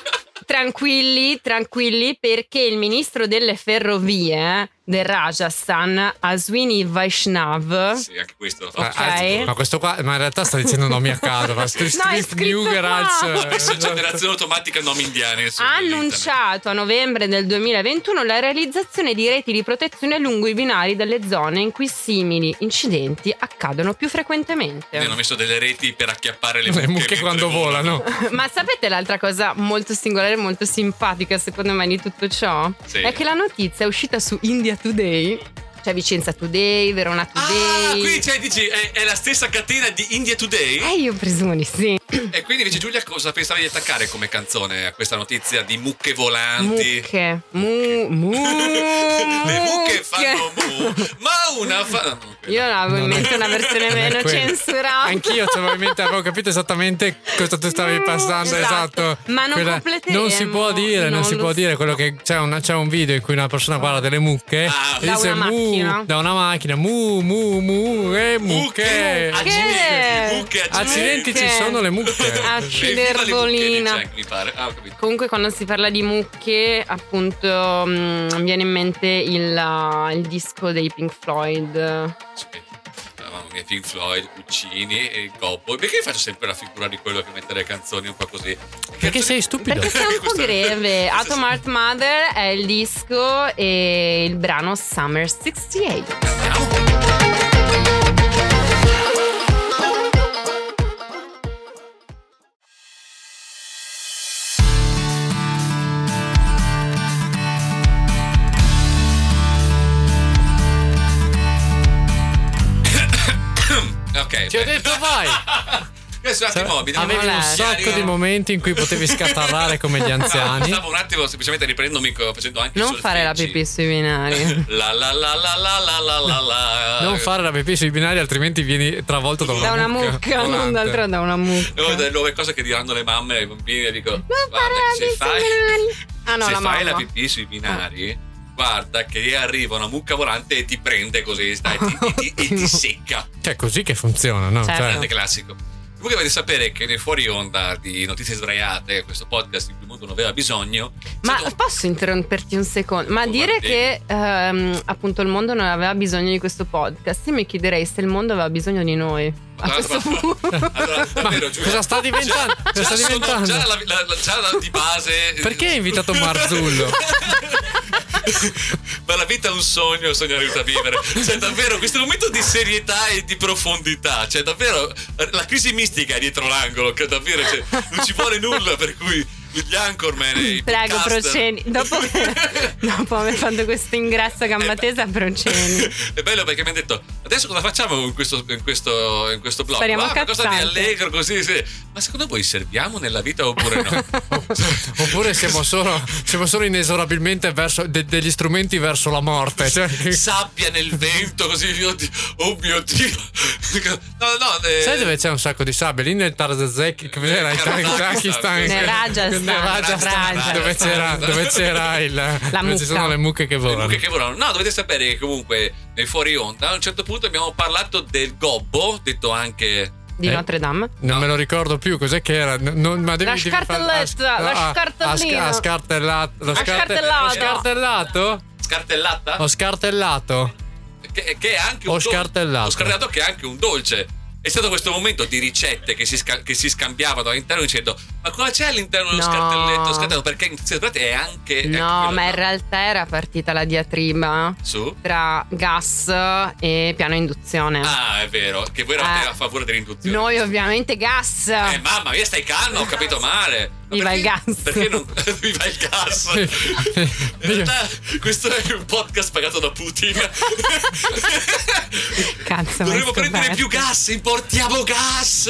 Speaker 1: tranquilli, tranquilli, perché il ministro delle ferrovie del Rajasthan, Aswini Vaishnav,
Speaker 2: Eh? Sì, anche questo.
Speaker 3: Ah,
Speaker 2: (laughs)
Speaker 1: Ok.
Speaker 3: anzi, ma questo qua ma in realtà sta dicendo nomi a caso ma eh, Steve
Speaker 1: No, è scritto qua.
Speaker 2: Ma Questa generazione automatica nomi indiani. insomma,
Speaker 1: ha
Speaker 2: in internet.
Speaker 1: annunciato a novembre del 2021 la realizzazione di reti di protezione lungo i binari delle zone in cui simili incidenti accadono più frequentemente.
Speaker 2: Quindi Hanno messo delle reti per acchiappare le mucche,
Speaker 3: le mucche
Speaker 2: mentre
Speaker 3: quando volano
Speaker 1: Ma sapete l'altra cosa molto singolare e molto simpatica, secondo me, di tutto ciò?
Speaker 2: Sì.
Speaker 1: È che la notizia è uscita su India Today. Cioè Vicenza Today, Verona Today.
Speaker 2: Ah, qui c'è, dici, è, è la stessa catena di India Today?
Speaker 1: Eh, io presumo di sì.
Speaker 2: E quindi invece Giulia cosa pensavi di attaccare come canzone a questa notizia di mucche volanti?
Speaker 1: Mucche. Mu,
Speaker 2: (laughs)
Speaker 1: mu.
Speaker 2: Le mucche fanno mu, ma una fa... ah, no, ok.
Speaker 1: Io avevo in
Speaker 3: No, no,
Speaker 1: mente una
Speaker 3: (laughs)
Speaker 1: versione
Speaker 3: non è
Speaker 1: meno
Speaker 3: quello.
Speaker 1: censurata.
Speaker 3: Anch'io cioè, ovviamente avevo capito esattamente cosa tu stavi
Speaker 1: No,
Speaker 3: passando,
Speaker 1: esatto.
Speaker 3: esatto.
Speaker 1: Ma non completeremo,
Speaker 3: Non si può dire, non,
Speaker 1: non
Speaker 3: si
Speaker 1: lo
Speaker 3: può
Speaker 1: so.
Speaker 3: dire quello che c'è, una- c'è un video in cui una persona guarda delle mucche
Speaker 2: Ah,
Speaker 3: e
Speaker 1: Da
Speaker 3: dice
Speaker 1: una
Speaker 3: mu
Speaker 1: macchina.
Speaker 3: da una macchina, mu mu mu e mucche.
Speaker 2: Mucche,
Speaker 1: (laughs) Che-
Speaker 2: accidenti, mucche,
Speaker 3: Accidenti,
Speaker 2: accidenti.
Speaker 3: ci sono le mucche.
Speaker 2: Evviva le mucche, dice
Speaker 1: Acciderbolina.
Speaker 2: anche, mi pare. Ah, ho capito.
Speaker 1: Comunque quando si parla di mucche, appunto, mh, mi viene in mente il, uh, il disco dei Pink Floyd.
Speaker 2: Aspetta. Ah, Mamma mia, Pink Floyd, Puccini e Gobbo. Perché faccio sempre la figura di quello che mette le canzoni un po' così?
Speaker 3: Perché sei stupido.
Speaker 1: Perché sei un po'
Speaker 2: Questo- (laughs)
Speaker 1: greve.
Speaker 2: questo-
Speaker 1: Atom Heart Mother è il disco e il brano Summer 68.
Speaker 2: Ok.
Speaker 3: Ti
Speaker 2: beh.
Speaker 3: ho detto vai.
Speaker 2: (laughs) Adesso un attimo, mi devo-
Speaker 3: Avevi un
Speaker 1: volare.
Speaker 3: sacco di momenti in cui potevi scatarrare come
Speaker 2: (laughs)
Speaker 3: gli anziani.
Speaker 2: Stavo un attimo semplicemente riprendendomi co- facendo anche i
Speaker 1: Non fare la
Speaker 2: solfeggi.
Speaker 1: pipì sui
Speaker 2: (laughs)
Speaker 1: binari.
Speaker 2: La la la la la la la la la.
Speaker 3: Non fare la pipì sui binari, altrimenti vieni travolto da una,
Speaker 1: Da una mucca, non
Speaker 3: volante.
Speaker 1: d'altro da una
Speaker 2: È una
Speaker 1: mucca.
Speaker 2: delle nuove cose che diranno le mamme ai bambini e dico
Speaker 1: Non
Speaker 2: guarda
Speaker 1: parlare
Speaker 2: che se
Speaker 1: dei
Speaker 2: fai
Speaker 1: segnali. Ah no,
Speaker 2: se
Speaker 1: la
Speaker 2: fai
Speaker 1: mamma.
Speaker 2: la pipì sui binari, guarda che arriva una mucca volante e ti prende così, stai, ti- ti- ti- e ti
Speaker 3: Ottimo.
Speaker 2: secca.
Speaker 3: Cioè, così che funziona, no?
Speaker 1: Certo.
Speaker 3: Cioè,
Speaker 2: Grande classico. Comunque dovete sapere che nel fuori onda di Notizie Sdraiate, questo podcast in cui il mondo non aveva bisogno, è
Speaker 1: Ma
Speaker 2: stato-
Speaker 1: posso interromperti un secondo? Ma
Speaker 2: Oh,
Speaker 1: dire
Speaker 2: guardi.
Speaker 1: che ehm, appunto il mondo non aveva bisogno di questo podcast, io mi chiederei se il mondo aveva bisogno di noi. A
Speaker 2: Guarda,
Speaker 1: questo
Speaker 2: guarda.
Speaker 1: punto.
Speaker 2: (laughs)
Speaker 1: (laughs)
Speaker 2: Allora, davvero, giuro.
Speaker 3: cosa sta diventando?
Speaker 2: Già-
Speaker 3: Cosa sta
Speaker 2: già sono-
Speaker 3: diventando?
Speaker 2: Già, la, la- la- già la- di base.
Speaker 3: Perché hai invitato Marzullo?
Speaker 2: (laughs) Ma la vita è un sogno, il sogno aiuta a vivere. Cioè, davvero, questo momento di serietà e di profondità. Cioè, davvero, la crisi mistica è dietro l'angolo. Che davvero, cioè, non ci vuole nulla per cui gli anchorman. e i
Speaker 1: Prego,
Speaker 2: podcaster-
Speaker 1: Proceni.
Speaker 2: (laughs)
Speaker 1: Dopo, (laughs) dopo aver fatto questo ingresso a gamba
Speaker 2: Eh,
Speaker 1: tesa, Proceni.
Speaker 2: (laughs) È bello perché mi hanno detto adesso cosa facciamo con questo, in questo, in questo blog?
Speaker 1: Speriamo
Speaker 2: Ah, ma cosa di
Speaker 1: cazzate."
Speaker 2: allegro così? sì. Ma secondo voi serviamo nella vita oppure no?
Speaker 3: (laughs) Oppure
Speaker 2: (laughs)
Speaker 3: siamo solo, siamo solo inesorabilmente verso de- degli strumenti verso la morte. Cioè,
Speaker 2: sabbia nel vento così oh, Dio, oh mio dio no no eh,
Speaker 3: sai dove c'è un sacco di sabbia? Lì nel Tarzazek, che cos'era? In Kazakistan.
Speaker 1: Nel Rajasthan.
Speaker 3: Nel Rajasthan, dove c'era, dove c'era il, dove
Speaker 1: mucca.
Speaker 3: ci sono le mucche che
Speaker 2: le
Speaker 3: volano.
Speaker 2: mucche che volano no dovete sapere che comunque nei fuori onda a un certo punto abbiamo parlato del gobbo detto anche
Speaker 1: Di
Speaker 3: Eh.
Speaker 1: Notre Dame.
Speaker 3: Non me lo ricordo più, cos'è che era? N- non- ma devi,
Speaker 1: La
Speaker 3: devi far-
Speaker 1: scartelletta, la
Speaker 3: ah,
Speaker 1: scartellina.
Speaker 3: ah, ah, scartellato. Lo
Speaker 1: Ah,
Speaker 3: scarte-
Speaker 1: scartellato.
Speaker 3: Ho scartellato?
Speaker 2: scartellata
Speaker 3: Ho scartellato.
Speaker 2: che, che è anche
Speaker 3: Ho
Speaker 2: un dol-
Speaker 3: scartellato.
Speaker 2: ho scartellato che è anche un dolce è stato questo momento di ricette che si, sca- che si scambiavano all'interno dicendo ma cosa c'è all'interno dello
Speaker 1: No.
Speaker 2: scartelletto scartellato perché in realtà è anche è
Speaker 1: No,
Speaker 2: Eh, ecco quello,
Speaker 1: ma in realtà era partita la diatriba
Speaker 2: su
Speaker 1: tra gas e piano induzione.
Speaker 2: ah è vero che voi eravate
Speaker 1: Eh.
Speaker 2: a favore dell'induzione
Speaker 1: Noi ovviamente gas.
Speaker 2: Eh, mamma mia, stai calma, ho capito male. Ma
Speaker 1: Viva il
Speaker 2: perché-
Speaker 1: gas.
Speaker 2: Perché non. (laughs) Viva il gas! In realtà, questo è un podcast pagato da Putin.
Speaker 1: (laughs)
Speaker 2: (laughs)
Speaker 1: Cazzo,
Speaker 2: Dovremmo
Speaker 1: ma
Speaker 2: prendere più gas, importiamo
Speaker 3: (laughs)
Speaker 2: gas!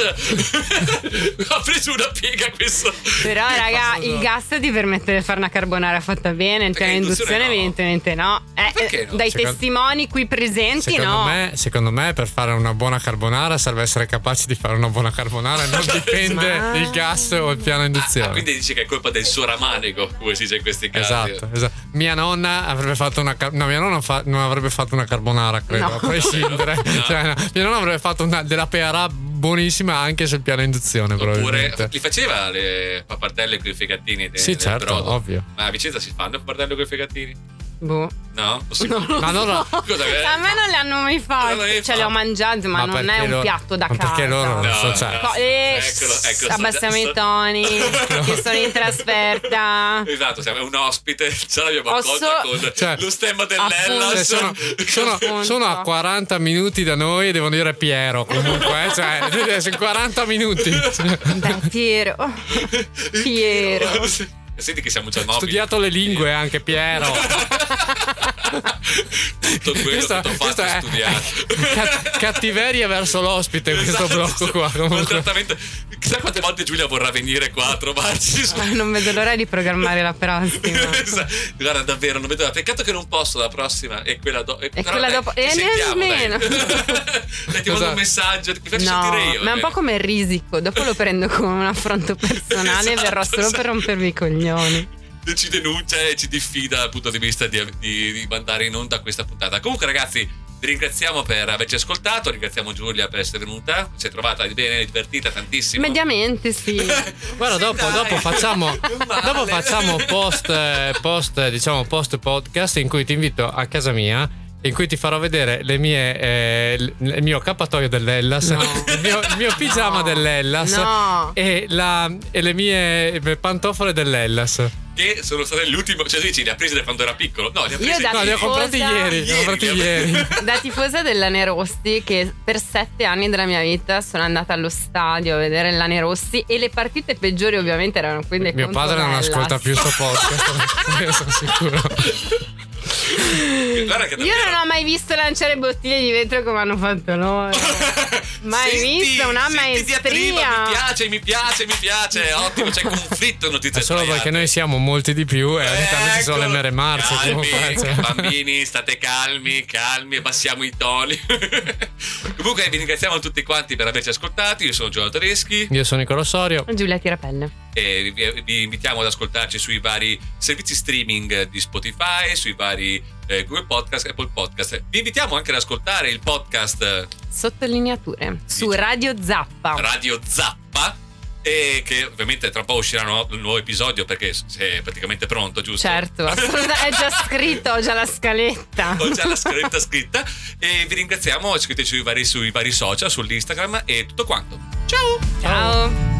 Speaker 2: ha preso una piega questo.
Speaker 1: Però, raga,
Speaker 3: Cosa?
Speaker 1: il gas ti permette di fare una carbonara fatta bene, il
Speaker 2: Perché
Speaker 1: piano induzione,
Speaker 2: induzione no.
Speaker 1: evidentemente no. Eh,
Speaker 2: perché no?
Speaker 1: Dai
Speaker 3: Secondo-
Speaker 1: testimoni qui presenti,
Speaker 3: Secondo,
Speaker 1: no.
Speaker 3: me, secondo me per fare una buona carbonara serve essere capaci di fare una buona carbonara,
Speaker 1: (laughs)
Speaker 3: non dipende
Speaker 1: Ma-
Speaker 3: il gas o il piano
Speaker 2: Ah,
Speaker 3: induzione.
Speaker 2: quindi dice che è colpa del suo ramanico, come si dice in questi casi.
Speaker 3: Esatto, esatto. Mia nonna avrebbe fatto una car- no, mia nonna fa- non avrebbe fatto una carbonara, credo,
Speaker 1: No.
Speaker 2: (laughs)
Speaker 3: a prescindere.
Speaker 2: No.
Speaker 3: Cioè, no, Mia nonna avrebbe fatto una- della pearà buonissima anche sul piano induzione,
Speaker 2: Oppure
Speaker 3: probabilmente.
Speaker 2: li faceva le pappardelle con i fegatini? de-
Speaker 3: Sì,
Speaker 2: del
Speaker 3: certo,
Speaker 2: brodo?
Speaker 3: ovvio.
Speaker 2: Ma a Vicenza si fanno pappardelle con i fegatini?
Speaker 1: Boh.
Speaker 2: No?
Speaker 3: (laughs)
Speaker 1: Non lo
Speaker 3: Ma non lo-
Speaker 1: so.
Speaker 2: Cosa che-
Speaker 1: A me non le hanno mai fatte.
Speaker 2: Non le hai
Speaker 1: Cioè, le ho
Speaker 2: fatte.
Speaker 1: mangiate, ma, non è
Speaker 3: perché
Speaker 1: un
Speaker 3: loro-
Speaker 1: piatto da
Speaker 3: ma
Speaker 1: casa.
Speaker 3: Perché loro non
Speaker 2: No,
Speaker 3: so,
Speaker 2: no.
Speaker 3: cioè,
Speaker 1: Co- eh,
Speaker 2: Eccolo, ecco,
Speaker 1: abbassiamo
Speaker 2: sta-
Speaker 1: i toni che sono
Speaker 3: Ecco.
Speaker 1: in trasferta.
Speaker 2: Esatto, siamo un ospite, ce l'abbiamo
Speaker 1: Ho
Speaker 2: accolta
Speaker 1: so-
Speaker 2: con
Speaker 3: Cioè-
Speaker 2: lo stemma
Speaker 1: Appunto.
Speaker 2: dell'Ellas.
Speaker 3: Cioè, sono, sono- sono a 40 minuti da noi e devono dire Piero comunque, eh, cioè, (laughs) sono 40 minuti.
Speaker 2: (laughs)
Speaker 1: Beh, Piero. Piero.
Speaker 2: (laughs) Senti che siamo già
Speaker 3: Ho
Speaker 2: nobili. Eh.
Speaker 3: studiato le lingue eh, anche Piero.
Speaker 2: (laughs) tutto quello
Speaker 3: Questo-
Speaker 2: che ti ho fatto
Speaker 3: questo è-
Speaker 2: studiare.
Speaker 3: (laughs)
Speaker 2: Esatto.
Speaker 3: Cat- cattiveria verso l'ospite questo blocco qua comunque.
Speaker 2: Maltrattamento. Chissà quante volte Giulia vorrà venire qua a trovarci. su-
Speaker 1: Ah, Non vedo l'ora di programmare
Speaker 2: (laughs)
Speaker 1: la prossima.
Speaker 2: Esatto. Guarda, davvero, non vedo l'ora. Peccato che non posso la prossima e quella, do- e- però
Speaker 1: quella
Speaker 2: dai,
Speaker 1: dopo-
Speaker 2: ci
Speaker 1: e
Speaker 2: sentiamo,
Speaker 1: nemmeno.
Speaker 2: dai. (laughs) Dai, ti mando
Speaker 3: Cosa-
Speaker 2: un messaggio, ti faccio
Speaker 1: No,
Speaker 2: sentire io.
Speaker 1: ma è un po'
Speaker 2: ok?
Speaker 1: come il risico. Dopo lo prendo come un affronto personale
Speaker 2: (laughs)
Speaker 1: e
Speaker 2: Esatto,
Speaker 1: verrò solo
Speaker 2: esatto.
Speaker 1: per rompervi i coglioni.
Speaker 2: E ci denuncia e ci diffida dal punto di vista di, di- di mandare in onda questa puntata. Comunque, ragazzi, vi ringraziamo per averci ascoltato. Ringraziamo Giulia per essere venuta. Si è trovata bene, divertita tantissimo. (laughs)
Speaker 1: Mediamente sì.
Speaker 3: Guarda,
Speaker 2: Sì,
Speaker 3: dopo,
Speaker 2: dai.
Speaker 3: dopo facciamo,
Speaker 2: Non (laughs) male.
Speaker 3: dopo facciamo post, eh, post, eh, diciamo post podcast in cui ti invito a casa mia. In cui ti farò vedere le mie, eh, l- il mio cappatoio dell'Ellas,
Speaker 1: No.
Speaker 3: il, mio, il mio pigiama
Speaker 1: No.
Speaker 3: dell'Ellas
Speaker 1: No.
Speaker 3: e, la- e le mie pantofole dell'Ellas.
Speaker 2: Che sono state l'ultimo. Cioè, tu dici, le ha prese da quando era piccolo? No, le ha
Speaker 1: Io
Speaker 2: prese
Speaker 1: da-
Speaker 3: No, li ho comprati
Speaker 1: Cosa?
Speaker 3: ieri. Li ho comprati
Speaker 2: le ha-
Speaker 3: ieri.
Speaker 1: Da tifosa dell'Ane Rossi, che per sette anni della mia vita sono andata allo stadio a vedere l'Ane Rossi e le partite peggiori ovviamente erano quelle
Speaker 3: Mio
Speaker 1: contro
Speaker 3: padre non
Speaker 1: l'Hellas.
Speaker 3: ascolta più
Speaker 1: (laughs)
Speaker 3: sto (laughs) podcast, io sono sicuro.
Speaker 2: Guarda che
Speaker 1: Io
Speaker 2: davvero- (laughs)
Speaker 1: non ho mai visto lanciare bottiglie di vetro come hanno fatto loro. Mai
Speaker 2: Senti,
Speaker 1: visto una
Speaker 2: senti diatriba,
Speaker 1: maestria.
Speaker 2: Mi piace, mi piace, mi
Speaker 1: (laughs)
Speaker 2: piace. Ottimo, c'è conflitto in
Speaker 3: È
Speaker 2: notizie
Speaker 3: solo perché noi siamo molti di più e ogni tanto ci sono le mere marce.
Speaker 2: Calmi,
Speaker 3: comunque, cioè.
Speaker 2: Ecco. (laughs) bambini, state calmi, calmi, abbassiamo i toni. (laughs) Comunque, vi ringraziamo tutti quanti per averci ascoltati. Io sono Giorgio Tedeschi
Speaker 3: (laughs) Io sono Nicola Sorio.
Speaker 1: Giulia Tirapelle.
Speaker 2: e vi, vi invitiamo ad ascoltarci sui vari servizi streaming di Spotify, sui vari eh, Google Podcast, Apple Podcast. Vi invitiamo anche ad ascoltare il podcast
Speaker 1: Sottolineature su
Speaker 2: Dici.
Speaker 1: Radio Zappa.
Speaker 2: Radio Zappa. E che ovviamente tra un po' uscirà un nuovo- un nuovo episodio perché se è praticamente pronto, giusto? (laughs)
Speaker 1: Certo, assoluta- è già scritto, ho già la scaletta.
Speaker 2: Ho già la scaletta scritta. E vi ringraziamo. Scriveteci sui vari, sui vari social, sull'Instagram e tutto quanto. Ciao!
Speaker 1: Ciao.